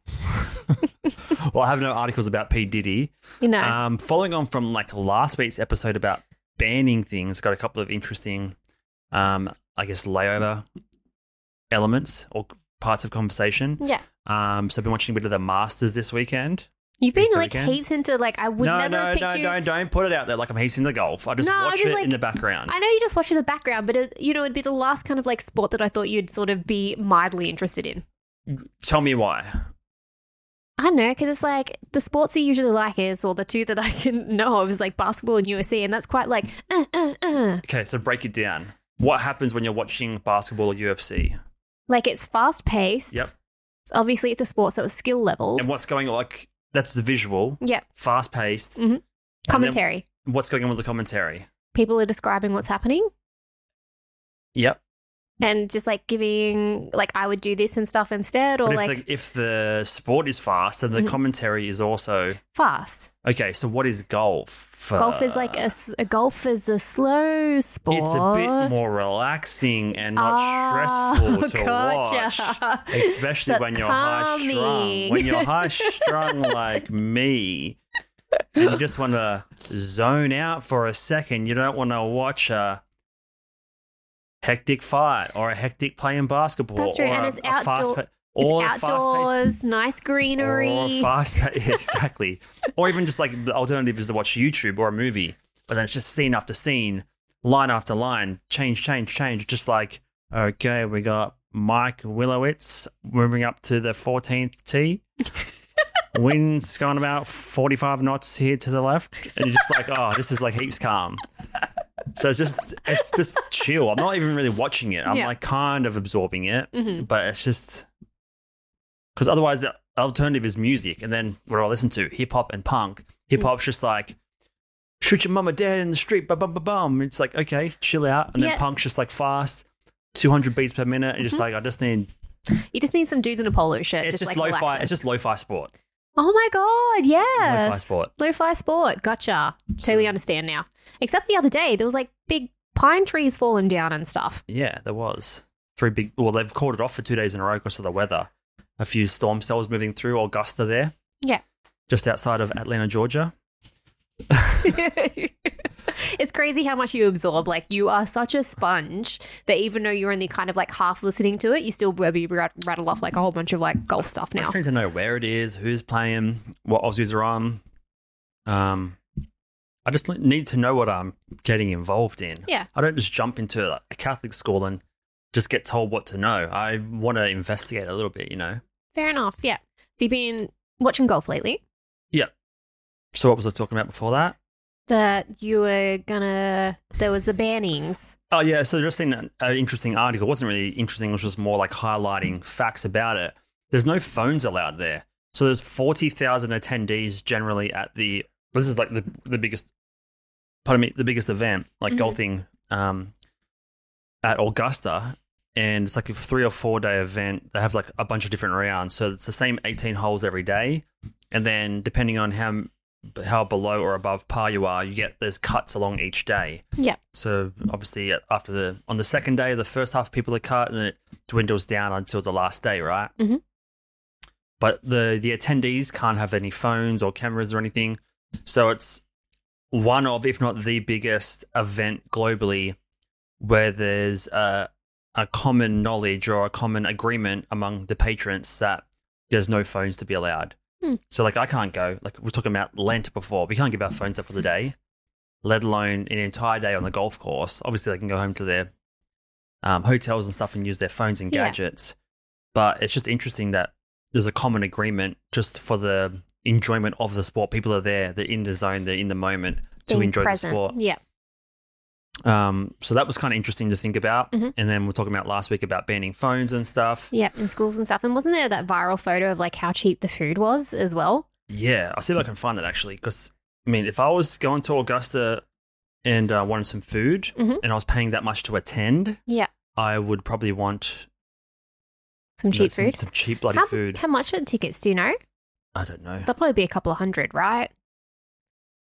[SPEAKER 1] Well, I have no articles about P Diddy.
[SPEAKER 2] You know.
[SPEAKER 1] Um, following on from like last week's episode about banning things, got a couple of interesting, um, I guess, layover elements or parts of conversation.
[SPEAKER 2] yeah.
[SPEAKER 1] Um, so I've been watching a bit of the Masters this weekend.
[SPEAKER 2] You've been
[SPEAKER 1] Mr.
[SPEAKER 2] like
[SPEAKER 1] Again?
[SPEAKER 2] heaps into like I would
[SPEAKER 1] no,
[SPEAKER 2] never
[SPEAKER 1] no,
[SPEAKER 2] have
[SPEAKER 1] no,
[SPEAKER 2] pictured.
[SPEAKER 1] no, don't put it out there like I'm heaps into golf. I just
[SPEAKER 2] No, I
[SPEAKER 1] watch
[SPEAKER 2] just,
[SPEAKER 1] it
[SPEAKER 2] like-
[SPEAKER 1] in the background.
[SPEAKER 2] I know you just watch in the background, but it, you know it'd be the last kind of like sport that I thought you'd sort of be mildly interested in.
[SPEAKER 1] Tell me why.
[SPEAKER 2] I don't know because it's like the sports you usually like is, or the two that I can know of is like basketball and USC, and that's quite like, uh, uh, uh.
[SPEAKER 1] Okay, so break it down. What happens when you're watching basketball or UFC?
[SPEAKER 2] like it's fast paced.
[SPEAKER 1] Yep.
[SPEAKER 2] It's obviously it's a sport, so it's skill leveled.
[SPEAKER 1] And what's going on? Like, that's the visual,
[SPEAKER 2] yep.
[SPEAKER 1] fast paced.
[SPEAKER 2] Mhm. Commentary.
[SPEAKER 1] What's going on with the commentary?
[SPEAKER 2] People are describing what's happening.
[SPEAKER 1] Yep.
[SPEAKER 2] and just like giving like I would do this and stuff instead, or
[SPEAKER 1] But if,
[SPEAKER 2] Oh, like
[SPEAKER 1] the, if the sport is fast, then the
[SPEAKER 2] Mhm.
[SPEAKER 1] commentary is also
[SPEAKER 2] fast.
[SPEAKER 1] okay. So what is golf?
[SPEAKER 2] golf is like a, s- a golf is a slow sport.
[SPEAKER 1] Uh, It's a bit more relaxing and not
[SPEAKER 2] Ah,
[SPEAKER 1] stressful to
[SPEAKER 2] gotcha.
[SPEAKER 1] watch, especially
[SPEAKER 2] So it's
[SPEAKER 1] when you're high strung.
[SPEAKER 2] calming.
[SPEAKER 1] When you're high strung like me, and you just want to zone out for a second, you don't want to watch a hectic fight or a hectic playing basketball.
[SPEAKER 2] That's true,
[SPEAKER 1] or
[SPEAKER 2] and
[SPEAKER 1] a,
[SPEAKER 2] it's
[SPEAKER 1] a fast
[SPEAKER 2] outdoor-
[SPEAKER 1] pa-
[SPEAKER 2] It's
[SPEAKER 1] or a fast-paced-
[SPEAKER 2] outdoors, nice greenery.
[SPEAKER 1] Or fast, pa- yeah, exactly. or even just like the alternative is to watch YouTube or a movie, but then it's just scene after scene, line after line, change, change, change. Just like okay, we got Mike Willowitz moving up to the 14th tee. Wind's gone about 45 knots here to the left, and you're just like, oh, this is like heaps calm. So it's just it's just chill. I'm not even really watching it. I'm
[SPEAKER 2] Yeah.
[SPEAKER 1] like kind of absorbing it,
[SPEAKER 2] Mhm.
[SPEAKER 1] but it's just because otherwise the alternative is music, and then what do I listen to? Hip hop and punk.
[SPEAKER 2] Mm.
[SPEAKER 1] Hip hop's just like shoot your mum or dad in the street, bum bum bum bum. It's like okay, chill out, and then
[SPEAKER 2] Yeah. Mm-hmm.
[SPEAKER 1] punk's just like fast, 200 beats per minute, and just like I just need.
[SPEAKER 2] you just need some dudes in a polo shirt.
[SPEAKER 1] It's just,
[SPEAKER 2] like relax
[SPEAKER 1] lo-fi.
[SPEAKER 2] it.
[SPEAKER 1] It's just lo-fi sport.
[SPEAKER 2] oh my god, yes.
[SPEAKER 1] Lo-fi sport.
[SPEAKER 2] Lo-fi sport. Gotcha. Totally understand now. Except the other day, there was like big pine trees falling down and stuff.
[SPEAKER 1] Yeah, there was three big. Well, they've called it off for two days in a row because of the weather. A few storm cells moving through Augusta there.
[SPEAKER 2] Yeah.
[SPEAKER 1] Just outside of Atlanta, Georgia.
[SPEAKER 2] it's crazy how much you absorb. Like you are such a sponge that even though you're only kind of like half listening to it, you still maybe rat- rattle off like a whole bunch of like golf stuff
[SPEAKER 1] I
[SPEAKER 2] now.
[SPEAKER 1] just need to know where it is, who's playing, what Aussies are on. Um, I just need to know what I'm getting involved in.
[SPEAKER 2] Yeah.
[SPEAKER 1] I don't just jump into like, a Catholic school and just get told what to know. I want to investigate a little bit, you know.
[SPEAKER 2] Fair enough. Yeah. So you've been watching golf lately.
[SPEAKER 1] So what was I talking about before that?
[SPEAKER 2] That you were gonna. There was the bannings.
[SPEAKER 1] Oh yeah, so just in an an interesting article. It wasn't really interesting. It was just more like highlighting facts about it. There's no phones allowed there. So there's forty thousand attendees generally at the. This is like the the biggest. Pardon me, the biggest event like
[SPEAKER 2] Mhm.
[SPEAKER 1] golfing um, at Augusta, and it's like a three or four day event. They have like a bunch of different rounds, so it's the same eighteen holes every day, and then depending on how how below or above par you are, you get there's cuts along each day.
[SPEAKER 2] Yeah.
[SPEAKER 1] So obviously, after the on the second day, the first half people are cut, and then it dwindles down until the last day, right?
[SPEAKER 2] Mhm.
[SPEAKER 1] But the the attendees can't have any phones or cameras or anything, so it's one of, if not the biggest event globally, where there's a a common knowledge or a common agreement among the patrons that there's no phones to be allowed.
[SPEAKER 2] Hmm.
[SPEAKER 1] So like I can't go. Like we we're talking about Lent before, we can't give our phones up for the day let alone an entire day on the golf course. Obviously, they can go home to their um, hotels and stuff and use their phones and
[SPEAKER 2] Yeah.
[SPEAKER 1] gadgets. But it's just interesting that there's a common agreement just for the enjoyment of the sport. People are there, they're in the zone, they're in the moment to
[SPEAKER 2] Being
[SPEAKER 1] enjoy
[SPEAKER 2] present.
[SPEAKER 1] the sport.
[SPEAKER 2] Yeah.
[SPEAKER 1] Um, so that was kind of interesting to think about.
[SPEAKER 2] Mhm.
[SPEAKER 1] And then we're talking about last week about banning phones and stuff.
[SPEAKER 2] Yeah. In schools and stuff. And wasn't there that viral photo of like how cheap the food was as well?
[SPEAKER 1] Yeah, I'll see if I can find that actually. Because I mean, if I was going to Augusta and uh, wanted some food,
[SPEAKER 2] Mhm.
[SPEAKER 1] and I was paying that much to attend,
[SPEAKER 2] Yeah.
[SPEAKER 1] I would probably want
[SPEAKER 2] Some
[SPEAKER 1] you
[SPEAKER 2] cheap
[SPEAKER 1] know, some,
[SPEAKER 2] food.
[SPEAKER 1] some cheap bloody
[SPEAKER 2] How,
[SPEAKER 1] food.
[SPEAKER 2] how much are the tickets? Do you know?
[SPEAKER 1] I don't know.
[SPEAKER 2] They'll probably be a couple of hundred, right?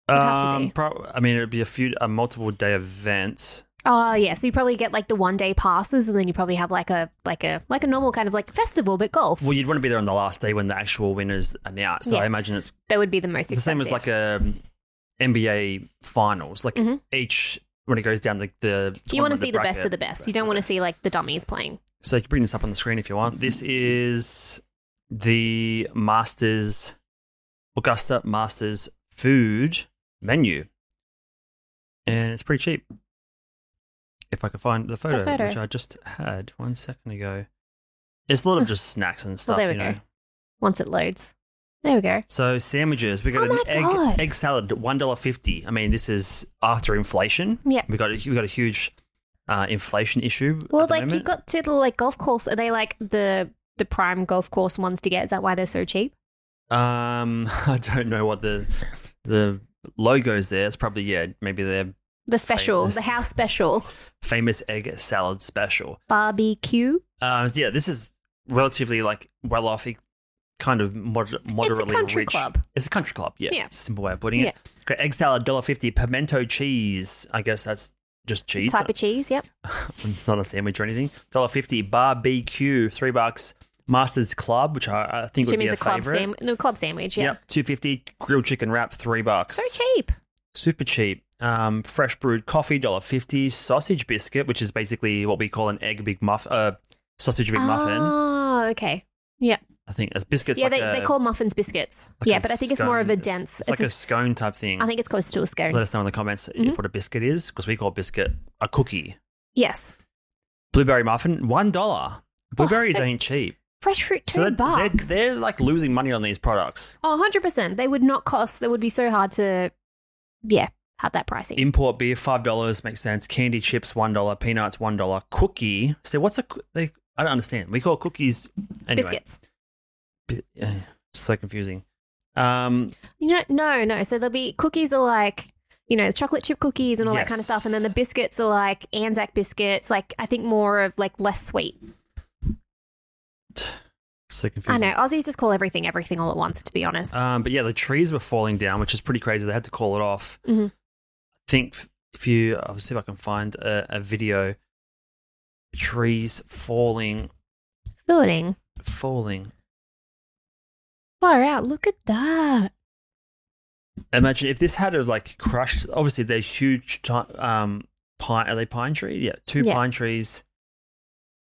[SPEAKER 2] would have to
[SPEAKER 1] Um,
[SPEAKER 2] be.
[SPEAKER 1] pro- I mean, it'd be a few a multiple day event.
[SPEAKER 2] Oh yeah, so you probably get like the one day passes, and then you probably have like a like a like a normal kind of like festival, but golf.
[SPEAKER 1] Well, you'd want to be there on the last day when the actual winners announce. So
[SPEAKER 2] Yeah.
[SPEAKER 1] I imagine it's
[SPEAKER 2] That would be the most
[SPEAKER 1] the same as like
[SPEAKER 2] expensive.
[SPEAKER 1] a um, NBA finals. Like
[SPEAKER 2] Mhm.
[SPEAKER 1] each when it goes down the the
[SPEAKER 2] you want to
[SPEAKER 1] tournament,
[SPEAKER 2] see the best of
[SPEAKER 1] bracket,
[SPEAKER 2] the best. you don't
[SPEAKER 1] of
[SPEAKER 2] want to
[SPEAKER 1] best.
[SPEAKER 2] see Mm-hmm. like the dummies playing.
[SPEAKER 1] So you can bring this up on the screen if you want. This is the Masters Augusta Masters food menu, and it's pretty cheap. If I can find the photo,
[SPEAKER 2] photo.
[SPEAKER 1] which I just had one second ago, it's a lot of just snacks and stuff.
[SPEAKER 2] there we
[SPEAKER 1] you know.
[SPEAKER 2] go. Once it loads, there we go.
[SPEAKER 1] So sandwiches, we got
[SPEAKER 2] Oh
[SPEAKER 1] an
[SPEAKER 2] my
[SPEAKER 1] egg
[SPEAKER 2] God.
[SPEAKER 1] egg salad, one dollar fifty. I mean, this is after inflation.
[SPEAKER 2] Yeah.
[SPEAKER 1] we got a, we got a huge uh, inflation issue. at
[SPEAKER 2] Well,
[SPEAKER 1] the
[SPEAKER 2] like you
[SPEAKER 1] moment.
[SPEAKER 2] got to the like golf course. Are they like the the prime golf course ones to get? Is that why they're so cheap?
[SPEAKER 1] Um, I don't know what the the logo's there. It's probably yeah, maybe their
[SPEAKER 2] The special,
[SPEAKER 1] Famous.
[SPEAKER 2] the house special.
[SPEAKER 1] famous egg salad special.
[SPEAKER 2] Barbecue.
[SPEAKER 1] Um, yeah, this is relatively like well off, kind of moder- moderately
[SPEAKER 2] country
[SPEAKER 1] rich.
[SPEAKER 2] club.
[SPEAKER 1] It's a country club. Yeah,
[SPEAKER 2] Yeah.
[SPEAKER 1] It's a simple way of putting it. Okay, egg salad, dollar fifty. Pimento cheese. I guess that's just cheese.
[SPEAKER 2] Type of cheese, yep.
[SPEAKER 1] it's not a sandwich or anything. Dollar fifty. Barbecue, three bucks. Masters Club, which I, I think would be
[SPEAKER 2] Jimmy's
[SPEAKER 1] a,
[SPEAKER 2] a club,
[SPEAKER 1] favorite.
[SPEAKER 2] sam- no, club sandwich, yeah.
[SPEAKER 1] Yep, two fifty. Grilled chicken wrap, three bucks.
[SPEAKER 2] So cheap.
[SPEAKER 1] super cheap. Um, fresh brewed coffee, dollar fifty. Sausage biscuit, which is basically what we call an egg big muff, uh, sausage big muffin.
[SPEAKER 2] Oh, okay.
[SPEAKER 1] I think as biscuits.
[SPEAKER 2] yeah,
[SPEAKER 1] like
[SPEAKER 2] they,
[SPEAKER 1] a,
[SPEAKER 2] they call muffins biscuits.
[SPEAKER 1] like
[SPEAKER 2] yeah,
[SPEAKER 1] a
[SPEAKER 2] but I think it's more of a
[SPEAKER 1] scone.
[SPEAKER 2] dense.
[SPEAKER 1] It's, like a
[SPEAKER 2] it's
[SPEAKER 1] scone type thing.
[SPEAKER 2] a- I think it's close to a scone.
[SPEAKER 1] Let us know in the comments
[SPEAKER 2] Mhm.
[SPEAKER 1] what a biscuit is because we call biscuit a cookie.
[SPEAKER 2] yes.
[SPEAKER 1] Blueberry muffin, one dollar. Blueberries
[SPEAKER 2] Oh, so-
[SPEAKER 1] ain't cheap.
[SPEAKER 2] Fresh fruit, 2
[SPEAKER 1] So that- they're,
[SPEAKER 2] bucks.
[SPEAKER 1] they're like losing money on these products.
[SPEAKER 2] Oh, 100%. They would not cost, they would be so hard to, yeah, have that pricing.
[SPEAKER 1] Import beer, five dollars makes sense. Candy chips, one dollar. Peanuts, one dollar. Cookie. So what's a coo- they? I don't understand. We call cookies anyway.
[SPEAKER 2] Biscuits.
[SPEAKER 1] Bi- eh, so confusing. Um,
[SPEAKER 2] You know, no, no. So there'll be cookies are like, you know, chocolate chip cookies and all that kind
[SPEAKER 1] Yes.
[SPEAKER 2] of stuff. And then the biscuits are like Anzac biscuits, like I think more of like less sweet.
[SPEAKER 1] so
[SPEAKER 2] I
[SPEAKER 1] confusing.
[SPEAKER 2] know. Aussies just call everything everything all at once, to be honest.
[SPEAKER 1] Um, but yeah, the trees were falling down, which is pretty crazy. They had to call it off.
[SPEAKER 2] Mhm.
[SPEAKER 1] I think f- if you, I'll see if I can find a, a video. Trees falling,
[SPEAKER 2] Fooling.
[SPEAKER 1] falling.
[SPEAKER 2] Far out. Look at that.
[SPEAKER 1] Imagine if this had a like crushed. Obviously, they're huge. Ti- um, pine are they pine trees? Yeah, two
[SPEAKER 2] Yeah.
[SPEAKER 1] pine trees.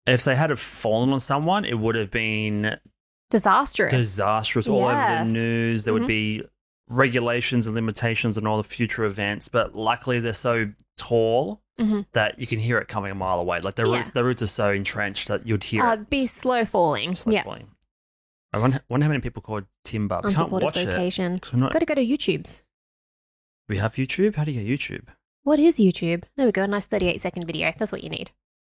[SPEAKER 1] If they had have fallen on someone, it would have been
[SPEAKER 2] Disastrous.
[SPEAKER 1] disastrous all over
[SPEAKER 2] Yes.
[SPEAKER 1] the news. There would
[SPEAKER 2] Mhm.
[SPEAKER 1] be regulations and limitations on all the future events, but luckily they're so tall
[SPEAKER 2] Mhm.
[SPEAKER 1] that you can hear it coming a mile away. Like the
[SPEAKER 2] Yeah.
[SPEAKER 1] roots, the roots are so entrenched that you'd hear
[SPEAKER 2] uh,
[SPEAKER 1] it.
[SPEAKER 2] be slow falling.
[SPEAKER 1] slow
[SPEAKER 2] yeah.
[SPEAKER 1] falling. I wonder, wonder how many people called Timber. We can't
[SPEAKER 2] Unsupported
[SPEAKER 1] watch it
[SPEAKER 2] vocation.
[SPEAKER 1] 'cause we're not.
[SPEAKER 2] Got to go to YouTube's.
[SPEAKER 1] We have YouTube. How do you get YouTube?
[SPEAKER 2] What is YouTube? There we go. A nice 38 second video. That's what you need.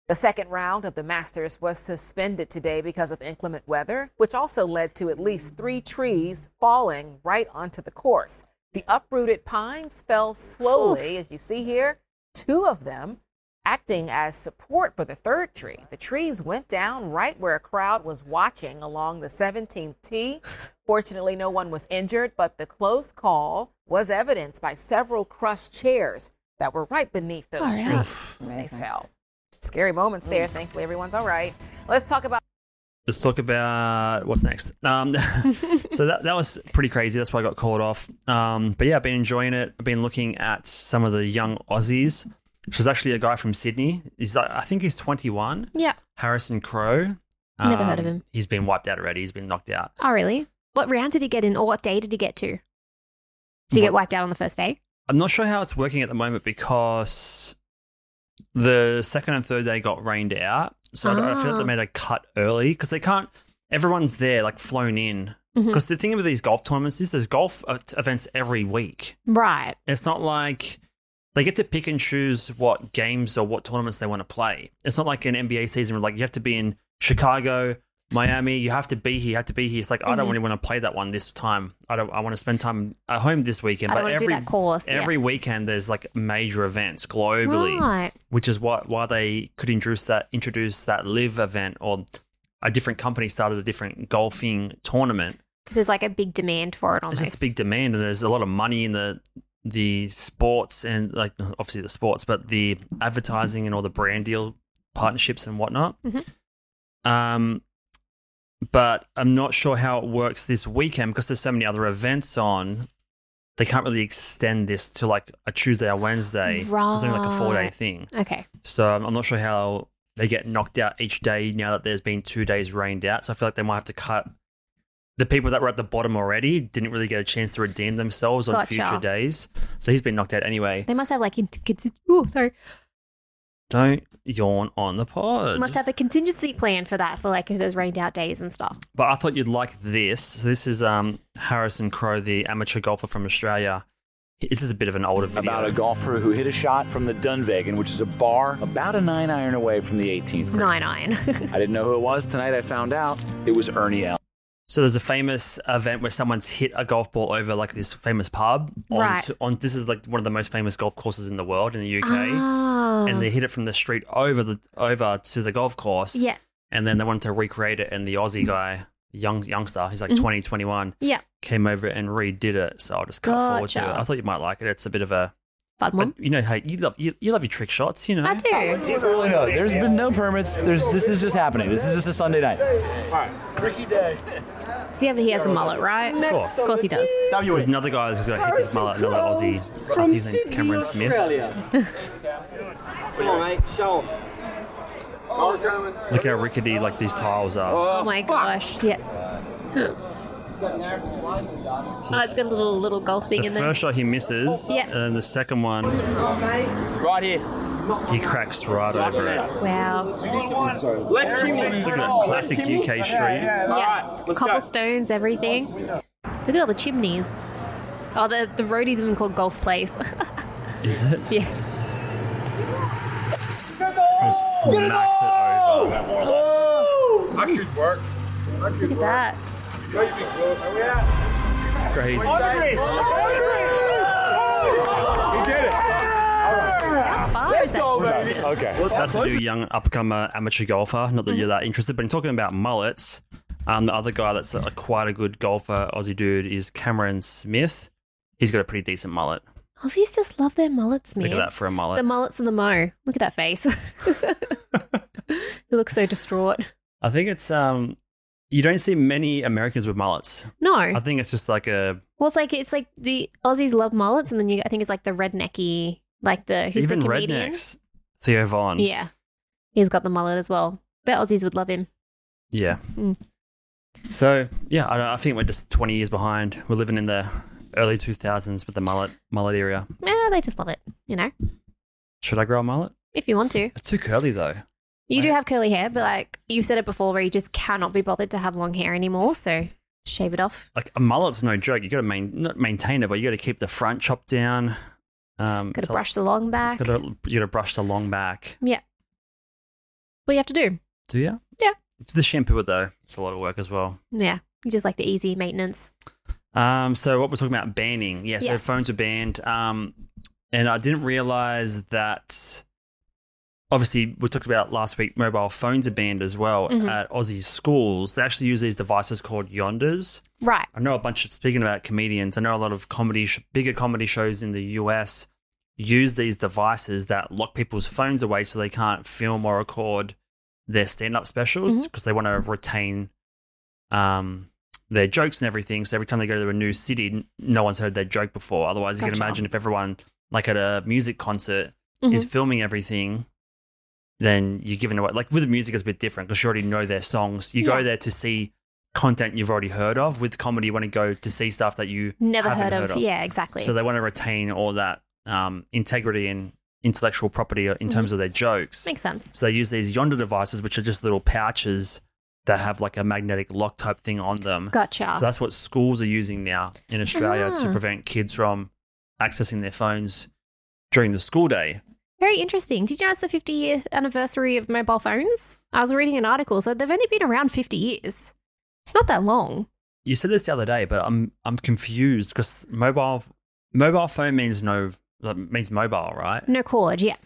[SPEAKER 3] The second round of the Masters was suspended today because of inclement weather, which also led to at least three trees falling right onto the course. The uprooted pines fell slowly, as you see here, two of them acting as support for the third tree. The trees went down right where a crowd was watching along the 17th tee. Fortunately, no one was injured, but the close call was evidenced by several crushed chairs that were right beneath those
[SPEAKER 2] All
[SPEAKER 3] trees.
[SPEAKER 2] right.
[SPEAKER 3] They fell. Scary moments there. Thankfully, everyone's all right. Let's talk about
[SPEAKER 1] Let's talk about what's next. Um, so that, that was pretty crazy. That's why I got called off. Um, but yeah, I've been enjoying it. I've been looking at some of the young Aussies. Which is actually a guy from Sydney. He's like, I think he's 21.
[SPEAKER 2] Yeah.
[SPEAKER 1] Harrison Crowe. Um,
[SPEAKER 2] Never heard of him.
[SPEAKER 1] He's been wiped out already. He's been knocked out.
[SPEAKER 2] Oh, really? What round did he get in or what day did he get to? Did he get
[SPEAKER 1] What-
[SPEAKER 2] wiped out on the first day?
[SPEAKER 1] I'm not sure how it's working at the moment because the second and third day got rained out. So I, don't, I feel
[SPEAKER 2] Ah.
[SPEAKER 1] like they made a cut early because they can't, everyone's there, like flown in.
[SPEAKER 2] Mhm.
[SPEAKER 1] Because the thing about these golf tournaments is there's golf uh, events every week.
[SPEAKER 2] Right.
[SPEAKER 1] It's not like they get to pick and choose what games or what tournaments they want to play. It's not like an NBA season where like you have to be in Chicago, Miami, you have to be here, you have to be here. It's like I don't
[SPEAKER 2] Mm-hmm.
[SPEAKER 1] really want to play that one this time. I don't I want to spend time at home this weekend.
[SPEAKER 2] I don't
[SPEAKER 1] but
[SPEAKER 2] want to
[SPEAKER 1] every
[SPEAKER 2] do that course. yeah.
[SPEAKER 1] every weekend there's like major events globally,
[SPEAKER 2] Right.
[SPEAKER 1] which is why why they could introduce that introduce that live event or a different company started a different golfing tournament
[SPEAKER 2] Because there's like a big demand for it
[SPEAKER 1] it's
[SPEAKER 2] almost.
[SPEAKER 1] just a big demand and there's a lot of money in the the sports and like obviously the sports but the advertising and all the brand deal partnerships and whatnot
[SPEAKER 2] Mhm.
[SPEAKER 1] um but i'm not sure how it works this weekend because there's so many other events on they can't really extend this to like a tuesday or wednesday it's only like a four day
[SPEAKER 2] Right.
[SPEAKER 1] thing
[SPEAKER 2] okay.
[SPEAKER 1] so um, I'm, I'm not sure how they get knocked out each day now that there's been two days rained out. So I feel like they might have to cut the people that were at the bottom already didn't really get a chance to redeem themselves on
[SPEAKER 2] Gotcha.
[SPEAKER 1] future days. So he's been knocked out anyway.
[SPEAKER 2] They must have like int- conti- Ooh, sorry.
[SPEAKER 1] Don't yawn on the pod.
[SPEAKER 2] Must have a contingency plan for that for like if there's rained out days and stuff.
[SPEAKER 1] But I thought you'd like this. So this is um, Harrison Crowe, the amateur golfer from Australia. This is a bit of an older video.
[SPEAKER 4] about a golfer who hit a shot from the Dunvegan, which is a bar about a nine iron away from the 18th. green.
[SPEAKER 2] Nine iron.
[SPEAKER 4] I didn't know who it was tonight. I found out it was Ernie L.
[SPEAKER 1] So there's a famous event where someone's hit a golf ball over like this famous pub. On,
[SPEAKER 2] Right.
[SPEAKER 1] on this is like one of the most famous golf courses in the world in the UK,
[SPEAKER 2] Ah.
[SPEAKER 1] and they hit it from the street over the over to the golf course.
[SPEAKER 2] yeah.
[SPEAKER 1] And then they wanted to recreate it, and the Aussie guy, young youngster, he's like
[SPEAKER 2] Mhm.
[SPEAKER 1] twenty twenty one,
[SPEAKER 2] Yeah.
[SPEAKER 1] came over and redid it. So I'll just cut forward to it.
[SPEAKER 2] Gotcha.
[SPEAKER 1] I thought you might like it. It's a bit of a,
[SPEAKER 2] Fun
[SPEAKER 1] but
[SPEAKER 2] one.
[SPEAKER 1] you know, hey, you love you, you love your trick shots, you know.
[SPEAKER 2] I do.
[SPEAKER 4] Really no, there's been no permits. There's this is just happening. This is just a Sunday night.
[SPEAKER 2] See how he has a mullet, right? Of
[SPEAKER 1] course.
[SPEAKER 2] Of course he does.
[SPEAKER 1] There's another guy who's going to hit this mullet, another Aussie. I think his name's Cameron Smith.
[SPEAKER 5] Come on, mate. Show 'em.
[SPEAKER 1] Look how rickety like these tiles are.
[SPEAKER 2] Oh my gosh. Yeah. Oh, it's got a little little golf thing
[SPEAKER 1] The
[SPEAKER 2] in there.
[SPEAKER 1] first shot he misses,
[SPEAKER 2] Yeah.
[SPEAKER 1] and then the second one
[SPEAKER 4] Right here.
[SPEAKER 1] he cracks right over it.
[SPEAKER 2] Wow.
[SPEAKER 4] Left chimney.
[SPEAKER 1] Look at that classic UK street.
[SPEAKER 2] Yeah. Cobblestones, everything. Look at all the chimneys. Oh, the the roadie's even called Golf Place.
[SPEAKER 1] Is it?
[SPEAKER 2] yeah.
[SPEAKER 1] So smacks it over.
[SPEAKER 2] Look at that.
[SPEAKER 1] Crazy.
[SPEAKER 2] How far is that? distance?
[SPEAKER 4] Okay.
[SPEAKER 1] That's a new young upcomer amateur golfer. Not that
[SPEAKER 2] Mm-hmm.
[SPEAKER 1] you're that interested, but in talking about mullets, um, the other guy that's a, quite a good golfer, Aussie dude, is Cameron Smith. He's got a pretty decent mullet.
[SPEAKER 2] Aussies just love their mullets, man.
[SPEAKER 1] Look at that for a mullet.
[SPEAKER 2] The mullets and the mo. Look at that face. he looks so distraught.
[SPEAKER 1] I think it's um, you don't see many Americans with mullets.
[SPEAKER 2] No.
[SPEAKER 1] I think it's just like a
[SPEAKER 2] Well, it's like it's like the Aussies love mullets, and then you I think it's like the rednecky, like the who's
[SPEAKER 1] even
[SPEAKER 2] the comedian.
[SPEAKER 1] rednecks. Theo Vaughn.
[SPEAKER 2] Yeah, he's got the mullet as well. But Aussies would love him.
[SPEAKER 1] Yeah.
[SPEAKER 2] Mm.
[SPEAKER 1] So yeah, I, I think we're just twenty years behind. We're living in the early two thousands with the mullet mullet era.
[SPEAKER 2] Nah, they just love it. You know,
[SPEAKER 1] Should I grow a mullet?
[SPEAKER 2] if you want to,
[SPEAKER 1] It's too curly though.
[SPEAKER 2] you do have curly hair, but like you've said it before, where you just cannot be bothered to have long hair anymore. So shave it off.
[SPEAKER 1] Like a mullet's no joke. You got to main, not maintain it, but you got to keep the front chopped down. Um,
[SPEAKER 2] Got to
[SPEAKER 1] so
[SPEAKER 2] brush the long
[SPEAKER 1] it's
[SPEAKER 2] back.
[SPEAKER 1] gotta- you got to brush the long back.
[SPEAKER 2] yeah, what you have to do.
[SPEAKER 1] Do you?
[SPEAKER 2] Yeah.
[SPEAKER 1] It's the shampoo though. It's a lot of work as well.
[SPEAKER 2] Yeah, you just like the easy maintenance.
[SPEAKER 1] Um, so what we're talking about banning, yeah. So
[SPEAKER 2] Yes.
[SPEAKER 1] phones are banned. Um, and I didn't realize that. Obviously, we talked about last week. Mobile phones are banned as well
[SPEAKER 2] Mhm.
[SPEAKER 1] at Aussie schools. They actually use these devices called yonders.
[SPEAKER 2] Right.
[SPEAKER 1] I know a bunch of speaking about comedians. I know a lot of comedy, sh- bigger comedy shows in the US use these devices that lock people's phones away so they can't film or record their stand-up
[SPEAKER 2] Mm-hmm.
[SPEAKER 1] specials because they want to retain um, their jokes and everything. So every time they go to a new city, n- no one's heard their joke before. Otherwise, you
[SPEAKER 2] Gotcha.
[SPEAKER 1] can imagine if everyone, like at a music concert, is
[SPEAKER 2] Mm-hmm.
[SPEAKER 1] filming everything. Then you're giving away. Like with music, it's a bit different because you already know their songs. You go
[SPEAKER 2] Yeah.
[SPEAKER 1] there to see content you've already heard of. With comedy, you want to go to see stuff that you
[SPEAKER 2] Never
[SPEAKER 1] haven't
[SPEAKER 2] heard of. Yeah, exactly.
[SPEAKER 1] so they want to retain all that um, integrity and intellectual property uh, in terms of their jokes.
[SPEAKER 2] Mm-hmm. Makes sense.
[SPEAKER 1] So they use these yonder devices, which are just little pouches that have like a magnetic lock type thing on them.
[SPEAKER 2] Gotcha.
[SPEAKER 1] So that's what schools are using now in Australia to
[SPEAKER 2] Ah.
[SPEAKER 1] prevent kids from accessing their phones during the school day.
[SPEAKER 2] Very interesting. Did you know it's the 50th anniversary of mobile phones? I was reading an article, so they've only been around 50 years. It's not that long.
[SPEAKER 1] You said this the other day, but I'm I'm confused because mobile mobile phone means no like, means mobile, right?
[SPEAKER 2] No cord, yeah.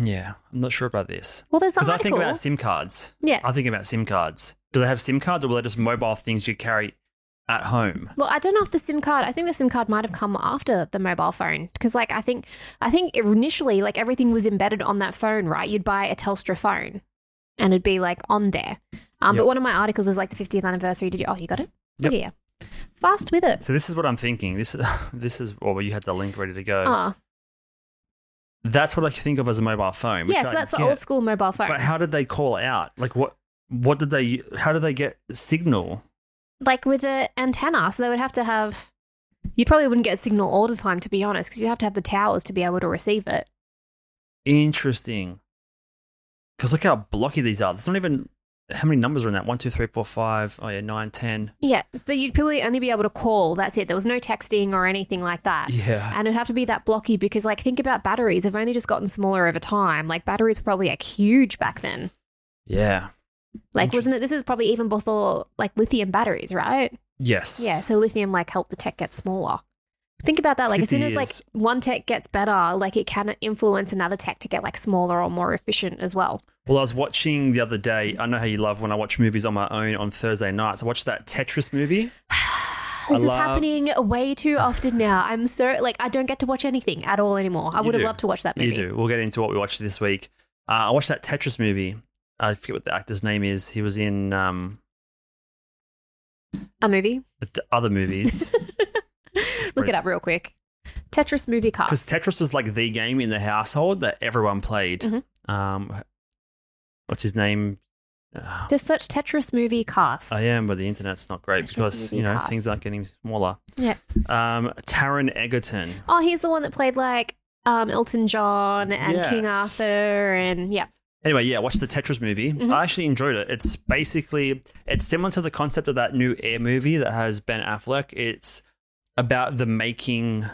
[SPEAKER 1] Yeah, I'm not sure about this.
[SPEAKER 2] Well, there's
[SPEAKER 1] Because
[SPEAKER 2] an
[SPEAKER 1] I think
[SPEAKER 2] article.
[SPEAKER 1] about SIM cards.
[SPEAKER 2] Yeah.
[SPEAKER 1] I think about SIM cards. Do they have SIM cards or were they just mobile things you carry at home?
[SPEAKER 2] well, I don't know if the SIM card. I think the SIM card might have come after the mobile phone because, like, I think, I think initially, like, everything was embedded on that phone, right? You'd buy a Telstra phone, and it'd be like on there. Um,
[SPEAKER 1] Yep.
[SPEAKER 2] But one of my articles was like the 50th anniversary. Did you? Oh, you got it.
[SPEAKER 1] Yep.
[SPEAKER 2] Yeah. Fast with it.
[SPEAKER 1] So this is what I'm thinking. This is this is oh, well, you had the link ready to go.
[SPEAKER 2] Ah,
[SPEAKER 1] That's what I think of as a mobile phone. which
[SPEAKER 2] yeah. So
[SPEAKER 1] I
[SPEAKER 2] that's the
[SPEAKER 1] get.
[SPEAKER 2] old school mobile phone.
[SPEAKER 1] But how did they call out? Like what? What did they? How did they get signal?
[SPEAKER 2] like with an antenna. So they would have to have. You probably wouldn't get signal all the time, to be honest, because you have to have the towers to be able to receive it.
[SPEAKER 1] Interesting. Because look how blocky these are. There's not even how many numbers are in that. One, two, three, four, five. Oh yeah, nine, ten.
[SPEAKER 2] Yeah, but you'd probably only be able to call. That's it. There was no texting or anything like that.
[SPEAKER 1] Yeah.
[SPEAKER 2] And it'd have to be that blocky because, like, think about batteries. They've only just gotten smaller over time. Like, batteries were probably like huge back then.
[SPEAKER 1] Yeah.
[SPEAKER 2] Like, wasn't it? This is probably even before like lithium batteries, right?
[SPEAKER 1] Yes.
[SPEAKER 2] Yeah. So lithium like helped the tech get smaller. Think about that. Like, as
[SPEAKER 1] 50
[SPEAKER 2] soon as like
[SPEAKER 1] years.
[SPEAKER 2] one tech gets better, like it can influence another tech to get like smaller or more efficient as well.
[SPEAKER 1] Well, I was watching the other day. I know how you love when I watch movies on my own on Thursday nights. I watched that Tetris movie.
[SPEAKER 2] This
[SPEAKER 1] I
[SPEAKER 2] is
[SPEAKER 1] love-
[SPEAKER 2] happening way too often now. I'm so like I don't get to watch anything at all anymore. I
[SPEAKER 1] You
[SPEAKER 2] would have
[SPEAKER 1] do.
[SPEAKER 2] loved to watch that movie.
[SPEAKER 1] You do. We'll get into what we watched this week. Uh, I watched that Tetris movie. I forget what the actor's name is. He was in um,
[SPEAKER 2] A movie.
[SPEAKER 1] the t- other movies
[SPEAKER 2] Look it up real quick. Tetris movie
[SPEAKER 1] because
[SPEAKER 2] cast.
[SPEAKER 1] Tetris was like the game in the household that everyone played.
[SPEAKER 2] Mhm.
[SPEAKER 1] Um, what's his name? Uh,
[SPEAKER 2] Just search Tetris movie cast.
[SPEAKER 1] I am, but the internet's not great
[SPEAKER 2] Tetris
[SPEAKER 1] because
[SPEAKER 2] movie
[SPEAKER 1] you know
[SPEAKER 2] cast.
[SPEAKER 1] things aren't getting smaller.
[SPEAKER 2] Yeah.
[SPEAKER 1] Um, Taron Egerton.
[SPEAKER 2] Oh, he's the one that played like um, Elton John and King
[SPEAKER 1] Yes.
[SPEAKER 2] Arthur and yeah.
[SPEAKER 1] Anyway, yeah, watch the Tetris movie. I actually enjoyed it. It's basically it's similar to the concept of that new Air movie that has Ben Affleck. It's about the making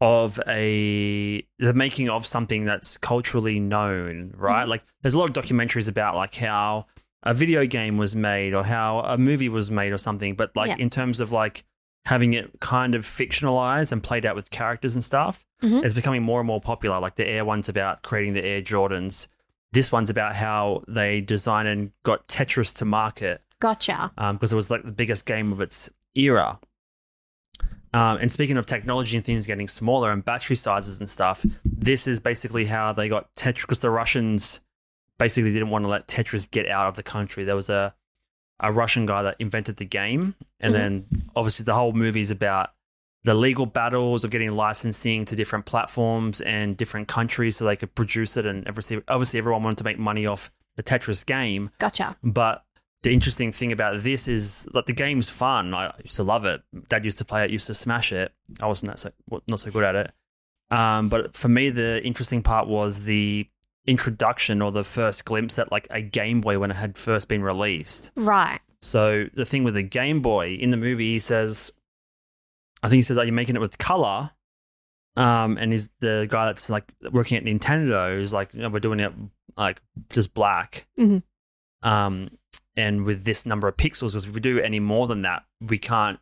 [SPEAKER 1] of a the making of something that's culturally known, right? Like there's a lot of documentaries about like how a video game was made or how a movie was made or something, but like
[SPEAKER 2] Yeah.
[SPEAKER 1] in terms of like having it kind of fictionalized and played out with characters and stuff,
[SPEAKER 2] Mhm.
[SPEAKER 1] it's becoming more and more popular. Like the Air one's about creating the Air Jordans. This one's about how they designed and got Tetris to market
[SPEAKER 2] Gotcha.
[SPEAKER 1] because um, it was like the biggest game of its era. Um, and speaking of technology and things getting smaller and battery sizes and stuff, this is basically how they got Tetris because the Russians basically didn't want to let Tetris get out of the country. There was a a Russian guy that invented the game, and then obviously the whole movie is about the legal battles of getting licensing to different platforms and different countries so they could produce it. And obviously, obviously everyone wanted to make money off the Tetris game,
[SPEAKER 2] Gotcha.
[SPEAKER 1] but the interesting thing about this is like the game's fun. I used to love it. Dad used to play it. Used to smash it. I wasn't that so wa- not so good at it. Um, but for me, the interesting part was the introduction or the first glimpse at like a Game Boy when it had first been released.
[SPEAKER 2] Right.
[SPEAKER 1] So the thing with the Game Boy in the movie, he says, I think he says, "Are you making it with color?" Um, and he's the guy that's like working at Nintendo is like, "No, we're doing it like just black."
[SPEAKER 2] Mhm.
[SPEAKER 1] Um, and with this number of pixels, because if we do any more than that, we can't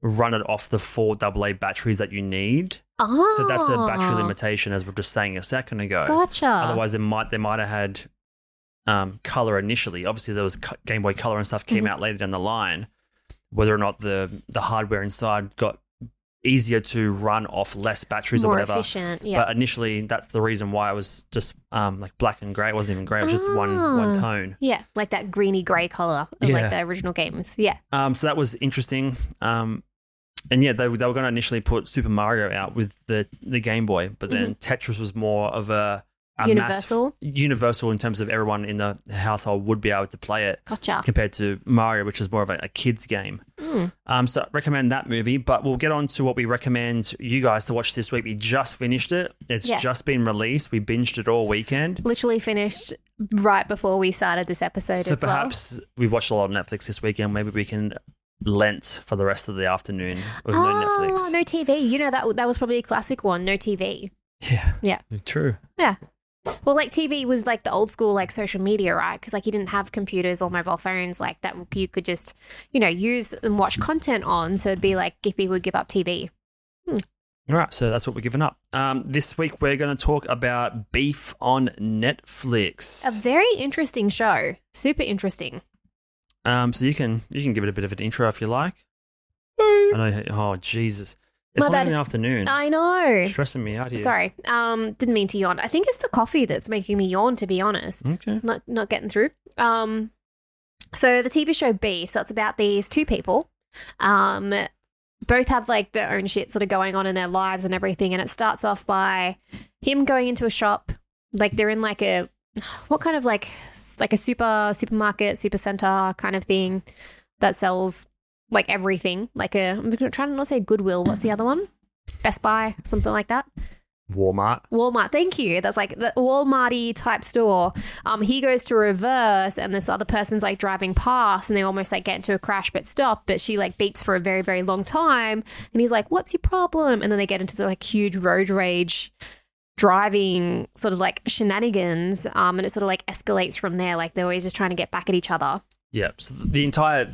[SPEAKER 1] run it off the four AA batteries that you need.
[SPEAKER 2] Oh.
[SPEAKER 1] So that's a battery limitation, as we are just saying a second ago.
[SPEAKER 2] Gotcha.
[SPEAKER 1] Otherwise, it might they might have had um, color initially. Obviously, there was co- Game Boy Color and stuff came
[SPEAKER 2] Mm-hmm.
[SPEAKER 1] out later down the line. Whether or not the the hardware inside got easier to run off less batteries
[SPEAKER 2] more
[SPEAKER 1] or whatever.
[SPEAKER 2] efficient. Yeah.
[SPEAKER 1] But initially, that's the reason why it was just um, like black and gray. It wasn't even gray. It was just one
[SPEAKER 2] Ah.
[SPEAKER 1] one tone.
[SPEAKER 2] yeah. Like that greeny grey colour of
[SPEAKER 1] Yeah.
[SPEAKER 2] like the original games. Yeah.
[SPEAKER 1] Um, so that was interesting. Um, and yeah, they, they were going to initially put Super Mario out with the, the Game Boy, but then Tetris was more of a, a mass-
[SPEAKER 2] Mm-hmm. Universal?
[SPEAKER 1] universal in terms of everyone in the household would be able to play it
[SPEAKER 2] Gotcha. Hmm.
[SPEAKER 1] compared to Mario, which is more of a, a kids game. Um, so I recommend that movie, but we'll get on to what we recommend you guys to watch this week. We just finished it; it's
[SPEAKER 2] Yes.
[SPEAKER 1] just been released. We binged it all weekend.
[SPEAKER 2] Literally finished right before we started this episode
[SPEAKER 1] So
[SPEAKER 2] as well.
[SPEAKER 1] perhaps we watched a lot of Netflix this weekend. Maybe we can lent for the rest of the afternoon with no
[SPEAKER 2] Oh,
[SPEAKER 1] Netflix.
[SPEAKER 2] no TV. You know that that was probably a classic one. No TV.
[SPEAKER 1] Yeah.
[SPEAKER 2] Yeah.
[SPEAKER 1] True.
[SPEAKER 2] Yeah. Well, like TV was like the old school like social media, right? Because like you didn't have computers or mobile phones like that. You could just you know use and watch content on. So it'd be like if we would give up TV.
[SPEAKER 1] All right. So that's what we're giving up. Um, this week we're going to talk about beef on Netflix.
[SPEAKER 2] A very interesting show. Super interesting.
[SPEAKER 1] Um, so you can you can give it a bit of an intro if you like. I know. Oh Jesus! It's late
[SPEAKER 2] My bad.
[SPEAKER 1] in the afternoon.
[SPEAKER 2] I know.
[SPEAKER 1] Stressing me out here.
[SPEAKER 2] Sorry. Um, didn't mean to yawn. I think it's the coffee that's making me yawn. To be honest.
[SPEAKER 1] Okay.
[SPEAKER 2] not not getting through. Um, so the TV show Beef, so it's about these two people. Um, both have like their own shit sort of going on in their lives and everything, and it starts off by him going into a shop, like they're in like a what kind of like s- like a super supermarket super center kind of thing that sells like everything like a i'm trying to not say goodwill what's the other one best buy something like that
[SPEAKER 1] Walmart.
[SPEAKER 2] Walmart. Thank you. That's like the Walmarty type store. Um, he goes to reverse, and this other person's like driving past, and they almost like get into a crash but stop. But she like beeps for a very very long time, and he's like, "What's your problem?" And then they get into the like huge road rage driving sort of like shenanigans. Um, and it sort of like escalates from there. Like they're always just trying to get back at each other.
[SPEAKER 1] Yeah. So the entire,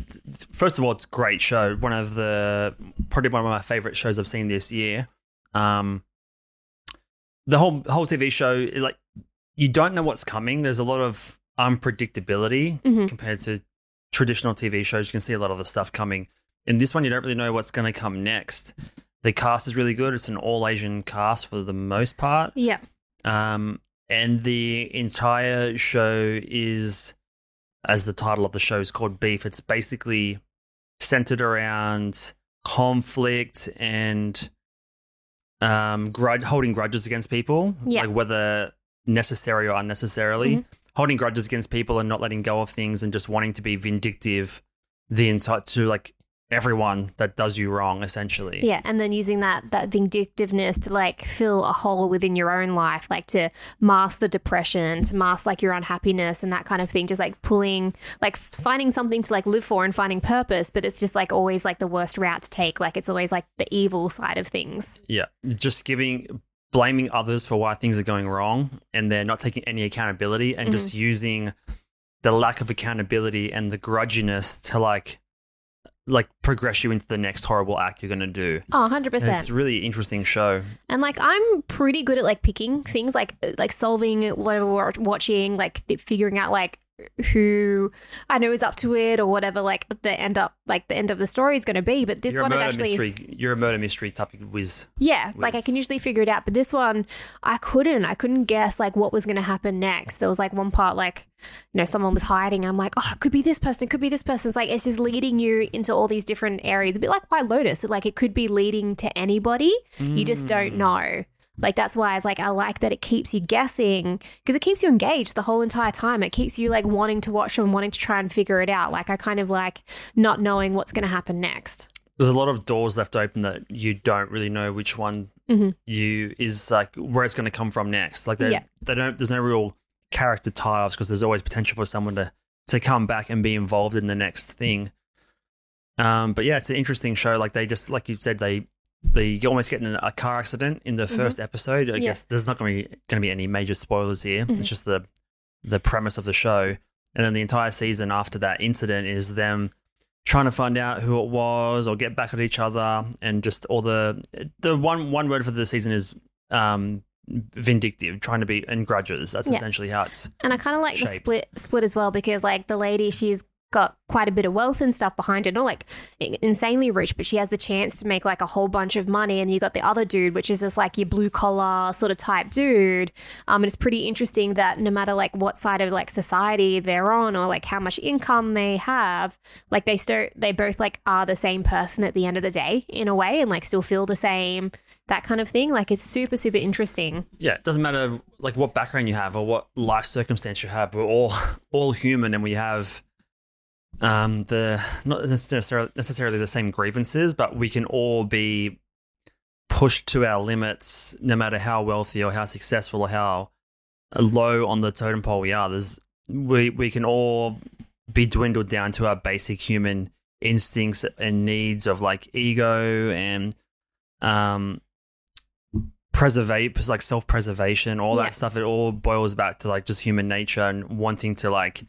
[SPEAKER 1] first of all, it's a great show. One of the probably one of my favorite shows I've seen this year. Um, the whole whole TV show, like you don't know what's coming. There's a lot of unpredictability
[SPEAKER 2] Mhm.
[SPEAKER 1] compared to traditional TV shows. You can see a lot of the stuff coming. In this one, you don't really know what's going to come next. The cast is really good. It's an all Asian cast for the most part.
[SPEAKER 2] Yeah.
[SPEAKER 1] Um, and the entire show is, as the title of the show is called Beef, it's basically centered around conflict and um, grudge, holding grudges against people,
[SPEAKER 2] Yeah.
[SPEAKER 1] like whether necessary or unnecessarily,
[SPEAKER 2] Mhm.
[SPEAKER 1] holding grudges against people and not letting go of things and just wanting to be vindictive the entire to like everyone that does you wrong, essentially.
[SPEAKER 2] Yeah, and then using that that vindictiveness to like fill a hole within your own life, like to mask the depression, to mask like your unhappiness and that kind of thing. Just like pulling, like f- finding something to like live for and finding purpose, but it's just like always like the worst route to take. Like it's always like the evil side of things.
[SPEAKER 1] Yeah. Just giving blaming others for why things are going wrong and they're not taking any accountability and
[SPEAKER 2] Mm-hmm.
[SPEAKER 1] just using the lack of accountability and the grudginess to like like progress you into the next horrible act you're gonna do.
[SPEAKER 2] Oh, 100%.
[SPEAKER 1] And It's a really interesting show.
[SPEAKER 2] And like I'm pretty good at like picking things, like uh, like solving whatever we're watching, like th- figuring out like who I know is up to it or whatever. Like the end up, like the end of the story is going to be. But this
[SPEAKER 1] you're
[SPEAKER 2] one,
[SPEAKER 1] a
[SPEAKER 2] it
[SPEAKER 1] murder
[SPEAKER 2] actually,
[SPEAKER 1] mystery you're a murder mystery type of whiz.
[SPEAKER 2] yeah, like I
[SPEAKER 1] was-
[SPEAKER 2] can usually figure it out. But this one, I couldn't. I couldn't guess like what was going to happen next. There was like one part, like you know, someone was hiding. I'm like, oh, it could be this person, it could be this person. It's like it's just leading you into all these different areas. A bit like why Lotus, like it could be leading to anybody. You just don't know. Like that's why it's like I like that it keeps you guessing because it keeps you engaged the whole entire time. It keeps you like wanting to watch and wanting to try and figure it out. Like I kind of like not knowing what's going to happen next.
[SPEAKER 1] There's a lot of doors left open that you don't really know which one
[SPEAKER 2] Mhm.
[SPEAKER 1] you is like where it's gonna come from next. Like they
[SPEAKER 2] Yeah.
[SPEAKER 1] they don't there's no real character tie-offs because there's always potential for someone to to come back and be involved in the next thing. Um, but yeah, it's an interesting show. Like they just, like you said, they they almost get in a car accident in the 1st episode. I
[SPEAKER 2] Mm-hmm. Yeah. Mm-hmm.
[SPEAKER 1] guess there's not going to be going to be any major spoilers here. It's just the the premise of the show, and then the entire season after that incident is them trying to find out who it was or get back at each other, and just all the the one one word for the season is um vindictive, trying to be and grudges. That's
[SPEAKER 2] Yeah.
[SPEAKER 1] essentially how it's
[SPEAKER 2] And I kind of like the
[SPEAKER 1] shapes.
[SPEAKER 2] split split as well because like the lady, she's got quite a bit of wealth and stuff behind her, not like in- insanely rich, but she has the chance to make like a whole bunch of money. And you got the other dude, which is just like your blue collar sort of type dude. Um, and it's pretty interesting that no matter like what side of like society they're on or like how much income they have, like they still they both like are the same person at the end of the day in a way, and like still feel the same. That kind of thing, like it's super, super interesting.
[SPEAKER 1] yeah, it doesn't matter like what background you have or what life circumstance you have. We're all all human, and we have um the not necessarily necessarily the same grievances, but we can all be pushed to our limits, no matter how wealthy or how successful or how low on the totem pole we are. There's we we can all be dwindled down to our basic human instincts and needs of like ego and um preservate like self-preservation all
[SPEAKER 2] Yeah.
[SPEAKER 1] that stuff it all boils back to like just human nature and wanting to like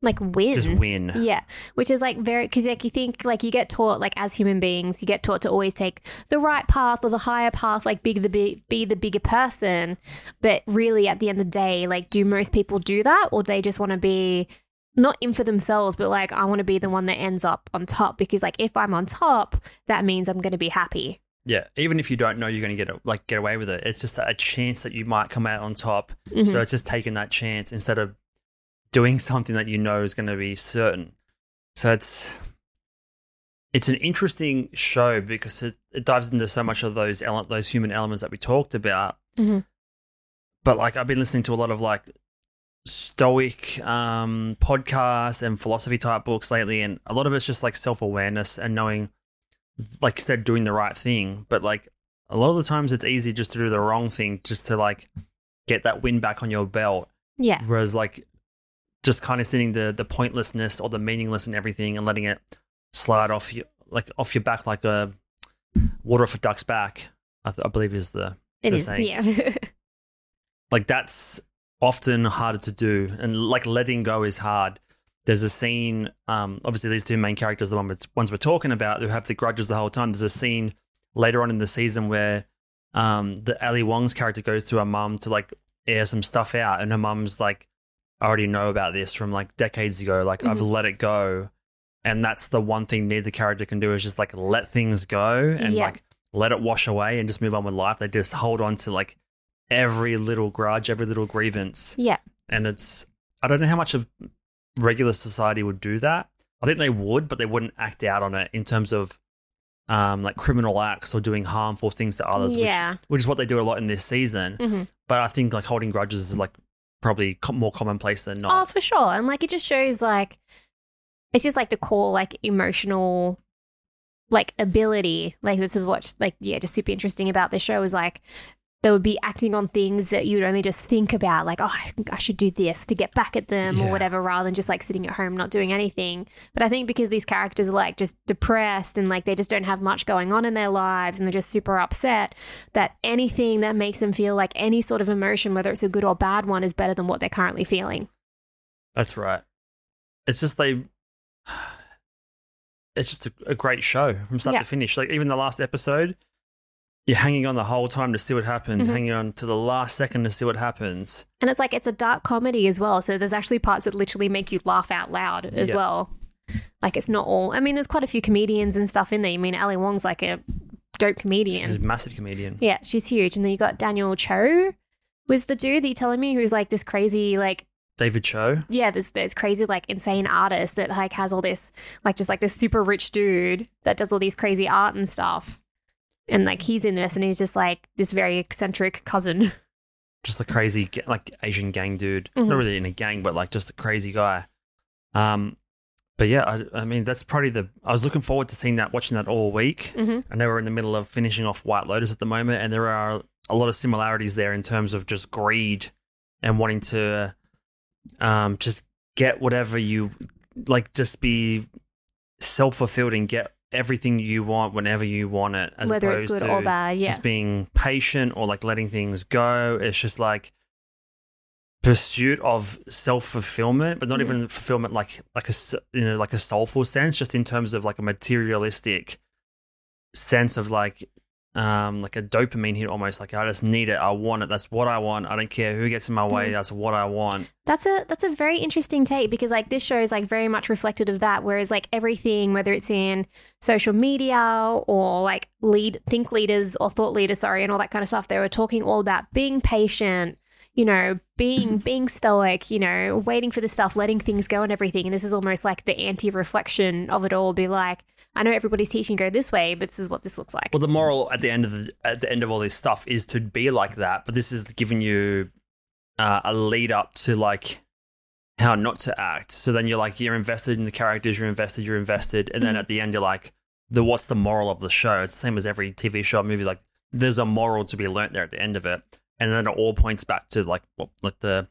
[SPEAKER 2] Like win,
[SPEAKER 1] just win
[SPEAKER 2] Yeah, which is like very because like you think like you get taught like as human beings you get taught to always take the right path or the higher path like be the big be the bigger person, but really at the end of the day like do most people do that or they just want to be not in for themselves but like I want to be the one that ends up on top because like if I'm on top that means I'm going to be happy.
[SPEAKER 1] yeah even if you don't know you're going to get a- like get away with it it's just a chance that you might come out on top
[SPEAKER 2] Mhm.
[SPEAKER 1] so it's just taking that chance instead of doing something that you know is going to be certain so it's it's an interesting show because it, it dives into so much of those ele- those human elements that we talked about
[SPEAKER 2] Mhm.
[SPEAKER 1] but like i've been listening to a lot of like stoic um podcasts and philosophy type books lately and a lot of it's just like self-awareness and knowing like you said doing the right thing but like a lot of the times it's easy just to do the wrong thing just to like get that win back on your belt
[SPEAKER 2] Yeah,
[SPEAKER 1] whereas like just kind of seeing the the pointlessness or the meaningless and everything and letting it slide off you like off your back like a water off a duck's back i, th- I believe is the
[SPEAKER 2] it
[SPEAKER 1] the
[SPEAKER 2] is.
[SPEAKER 1] same.
[SPEAKER 2] Yeah.
[SPEAKER 1] Like that's often harder to do, and like letting go is hard. There's a scene. Um, obviously, these two main characters, the one we're- ones we're talking about, who have the grudges the whole time. There's a scene later on in the season where um, the Ali Wong's character goes to her mum to like air some stuff out, and her mum's like, "I already know about this from like decades ago. Like I've let it go." And that's the one thing neither character can do is just like let things go and
[SPEAKER 2] Yeah.
[SPEAKER 1] like let it wash away and just move on with life. They just hold on to like every little grudge, every little grievance.
[SPEAKER 2] Yeah.
[SPEAKER 1] And it's I don't know how much of regular society would do that. I think they would, but they wouldn't act out on it in terms of um, like criminal acts or doing harmful things to others.
[SPEAKER 2] Yeah.
[SPEAKER 1] Which, which is what they do a lot in this season.
[SPEAKER 2] Mhm.
[SPEAKER 1] But I think like holding grudges is like probably co- more commonplace than
[SPEAKER 2] Oh,
[SPEAKER 1] not.
[SPEAKER 2] for sure. And like it just shows like it's just like the core like emotional like ability. Like this is what's like yeah, just super interesting about this show is like they would be acting on things that you'd only just think about, like, oh, I, I should do this to get back at them
[SPEAKER 1] Yeah.
[SPEAKER 2] or whatever, rather than just like sitting at home not doing anything. But I think because these characters are like just depressed and like they just don't have much going on in their lives and they're just super upset, that anything that makes them feel like any sort of emotion, whether it's a good or bad one, is better than what they're currently feeling.
[SPEAKER 1] That's right. It's just they. It's just a, a great show from start
[SPEAKER 2] Yeah.
[SPEAKER 1] to finish. Like even the last episode, you're hanging on the whole time to see what
[SPEAKER 2] Mm-hmm.
[SPEAKER 1] happens, hanging on to the last second to see what happens.
[SPEAKER 2] And it's like it's a dark comedy as well. So there's actually parts that literally make you laugh out loud as
[SPEAKER 1] Yeah.
[SPEAKER 2] well. Like it's not all. I mean, there's quite a few comedians and stuff in there. You mean Ali Wong's like a dope
[SPEAKER 1] She's
[SPEAKER 2] comedian.
[SPEAKER 1] a massive comedian.
[SPEAKER 2] Yeah, she's huge. And then you got Daniel Cho was the dude that you telling me who's like this crazy like
[SPEAKER 1] David Cho.
[SPEAKER 2] yeah this this crazy like insane artist that like has all this like just like this super rich dude that does all these crazy art and stuff and like he's in this and he's just like this very eccentric cousin
[SPEAKER 1] just the crazy ga- like Asian gang dude.
[SPEAKER 2] Mhm.
[SPEAKER 1] Not really in a gang, but like just a crazy guy. Um, but yeah, I, I mean that's probably the. I was looking forward to seeing that, watching that all week.
[SPEAKER 2] Mhm.
[SPEAKER 1] I know we're in the middle of finishing off White Lotus at the moment, and there are a lot of similarities there in terms of just greed and wanting to, um, just get whatever you like, just be self fulfilled and get everything you want whenever you want it, as
[SPEAKER 2] whether it's
[SPEAKER 1] opposed
[SPEAKER 2] good or
[SPEAKER 1] to-
[SPEAKER 2] bad yeah
[SPEAKER 1] just being patient or like letting things go. It's just like pursuit of self fulfillment, but not even fulfillment like like a s- you know like a soulful sense, just in terms of like a materialistic sense of like um like a dopamine hit almost like I just need it, I want it, that's what I want. I don't care who gets in my way, that's what I want.
[SPEAKER 2] That's a that's a very interesting take because like this show is like very much reflected of that. Whereas like everything, whether it's in social media or like lead think leaders or thought leaders, sorry, and all that kind of stuff, they were talking all about being patient, you know, being being stoic, you know, waiting for the stuff, letting things go and everything. And this is almost like the anti-reflection of it all. Be like, I know everybody's teaching go this way, but this is what this looks like.
[SPEAKER 1] Well, the moral at the end of the at the end of all this stuff is to be like that, but this is giving you uh, a lead up to like how not to act. So then you're like you're invested in the characters, you're invested, you're invested, and then at the end you're like, the what's the moral of the show? It's the same as every TV show, or movie. Like there's a moral to be learnt there at the end of it, and then it all points back to like what like the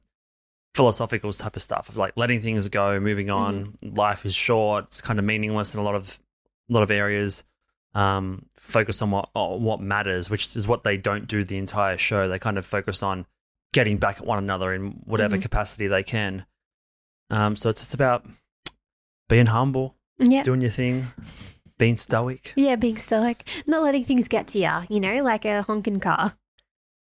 [SPEAKER 1] philosophical type of stuff of like letting things go, moving on. Life is short; it's kind of meaningless in a lot of a lot of areas um, focus on what on what matters, which is what they don't do the entire show. They kind of focus on getting back at one another in whatever
[SPEAKER 2] Mm-hmm.
[SPEAKER 1] capacity they can. Um, so it's just about being humble,
[SPEAKER 2] yeah.
[SPEAKER 1] doing your thing, being stoic,
[SPEAKER 2] Yeah, being stoic, not letting things get to you, you know, like a honking car.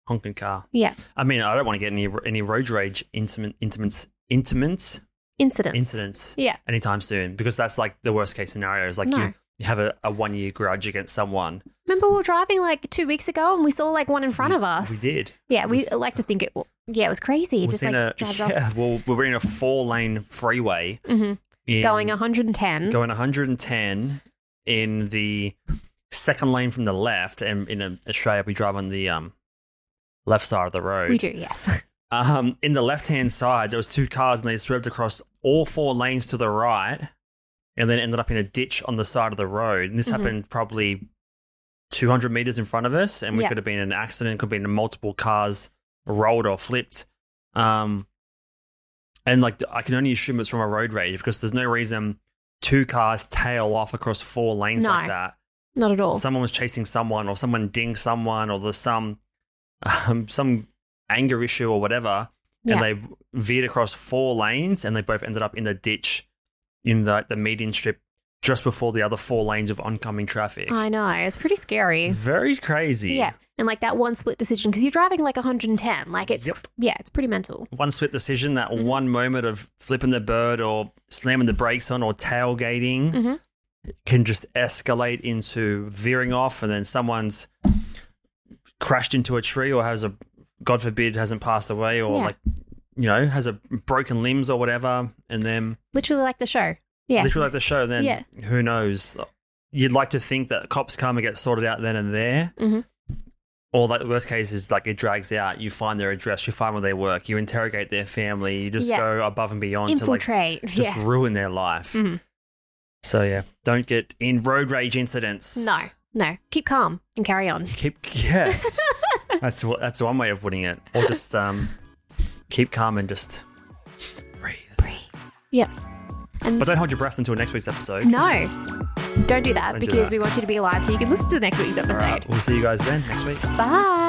[SPEAKER 1] honking car.
[SPEAKER 2] Yeah.
[SPEAKER 1] I mean, I don't want to get any any road rage intimate intimate intimate
[SPEAKER 2] Incidents.
[SPEAKER 1] incidents
[SPEAKER 2] Yeah.
[SPEAKER 1] anytime soon because that's like the worst case scenario. Is like
[SPEAKER 2] No.
[SPEAKER 1] you, you have a, a one year grudge against someone.
[SPEAKER 2] Remember, we were driving like two weeks ago and we saw like one in front of us.
[SPEAKER 1] We did.
[SPEAKER 2] Yeah, we
[SPEAKER 1] was-
[SPEAKER 2] like to think it. Yeah, it was crazy. It
[SPEAKER 1] was
[SPEAKER 2] just like
[SPEAKER 1] in a,
[SPEAKER 2] drives off,
[SPEAKER 1] yeah, well, we were in a four lane freeway
[SPEAKER 2] Mhm.
[SPEAKER 1] in-
[SPEAKER 2] going 110.
[SPEAKER 1] going 110 in the second lane from the left. And in um, Australia, we drive on the um, left side of the road.
[SPEAKER 2] we do, yes.
[SPEAKER 1] Um, in the left hand side, there was two cars, and they swerved across all four lanes to the right, and then ended up in a ditch on the side of the road. And this
[SPEAKER 2] Mm-hmm.
[SPEAKER 1] happened probably 200 meters in front of us, and we
[SPEAKER 2] Yeah.
[SPEAKER 1] could have been in an accident. Could have been multiple cars rolled or flipped. Um, and like I can only assume it's from a road rage because there's no reason two cars tail off across four lanes
[SPEAKER 2] No.
[SPEAKER 1] like that
[SPEAKER 2] Not at all.
[SPEAKER 1] someone was chasing someone or someone dinged someone or there's some um, some anger issue or whatever, and
[SPEAKER 2] Yeah.
[SPEAKER 1] they veered across four lanes, and they both ended up in the ditch in the the median strip just before the other four lanes of oncoming traffic.
[SPEAKER 2] I know. It's pretty scary.
[SPEAKER 1] Very crazy.
[SPEAKER 2] Yeah. And like that one split decision, because you're driving like 110. Like it's,
[SPEAKER 1] Yep.
[SPEAKER 2] yeah, it's pretty mental.
[SPEAKER 1] One split decision, that one moment of flipping the bird or slamming the brakes on or tailgating
[SPEAKER 2] Mhm.
[SPEAKER 1] can just escalate into veering off, and then someone's crashed into a tree or has a, God forbid, hasn't passed away or
[SPEAKER 2] Yeah.
[SPEAKER 1] like, you know, has a broken limbs or whatever, and then
[SPEAKER 2] Literally like the show. Yeah.
[SPEAKER 1] literally like the show, then
[SPEAKER 2] Yeah.
[SPEAKER 1] who knows? You'd like to think that cops come and get sorted out then and there.
[SPEAKER 2] Mhm.
[SPEAKER 1] Or like the worst case is like it drags out. You find their address, you find where they work, you interrogate their family, you just
[SPEAKER 2] Yeah.
[SPEAKER 1] go above and beyond to like
[SPEAKER 2] Infiltrate.
[SPEAKER 1] just
[SPEAKER 2] yeah.
[SPEAKER 1] ruin their life.
[SPEAKER 2] Mhm.
[SPEAKER 1] So yeah, don't get in road rage incidents.
[SPEAKER 2] No, no. Keep calm and carry on.
[SPEAKER 1] Keep yes. that's what that's one way of putting it. Or just um, keep calm and just breathe.
[SPEAKER 2] Yep.
[SPEAKER 1] But don't hold your breath until next week's episode.
[SPEAKER 2] No. Don't do that
[SPEAKER 1] Don't do
[SPEAKER 2] because
[SPEAKER 1] that.
[SPEAKER 2] we want you to be alive so you can listen to next week's episode.
[SPEAKER 1] All right, we'll see you guys then next week.
[SPEAKER 2] Bye.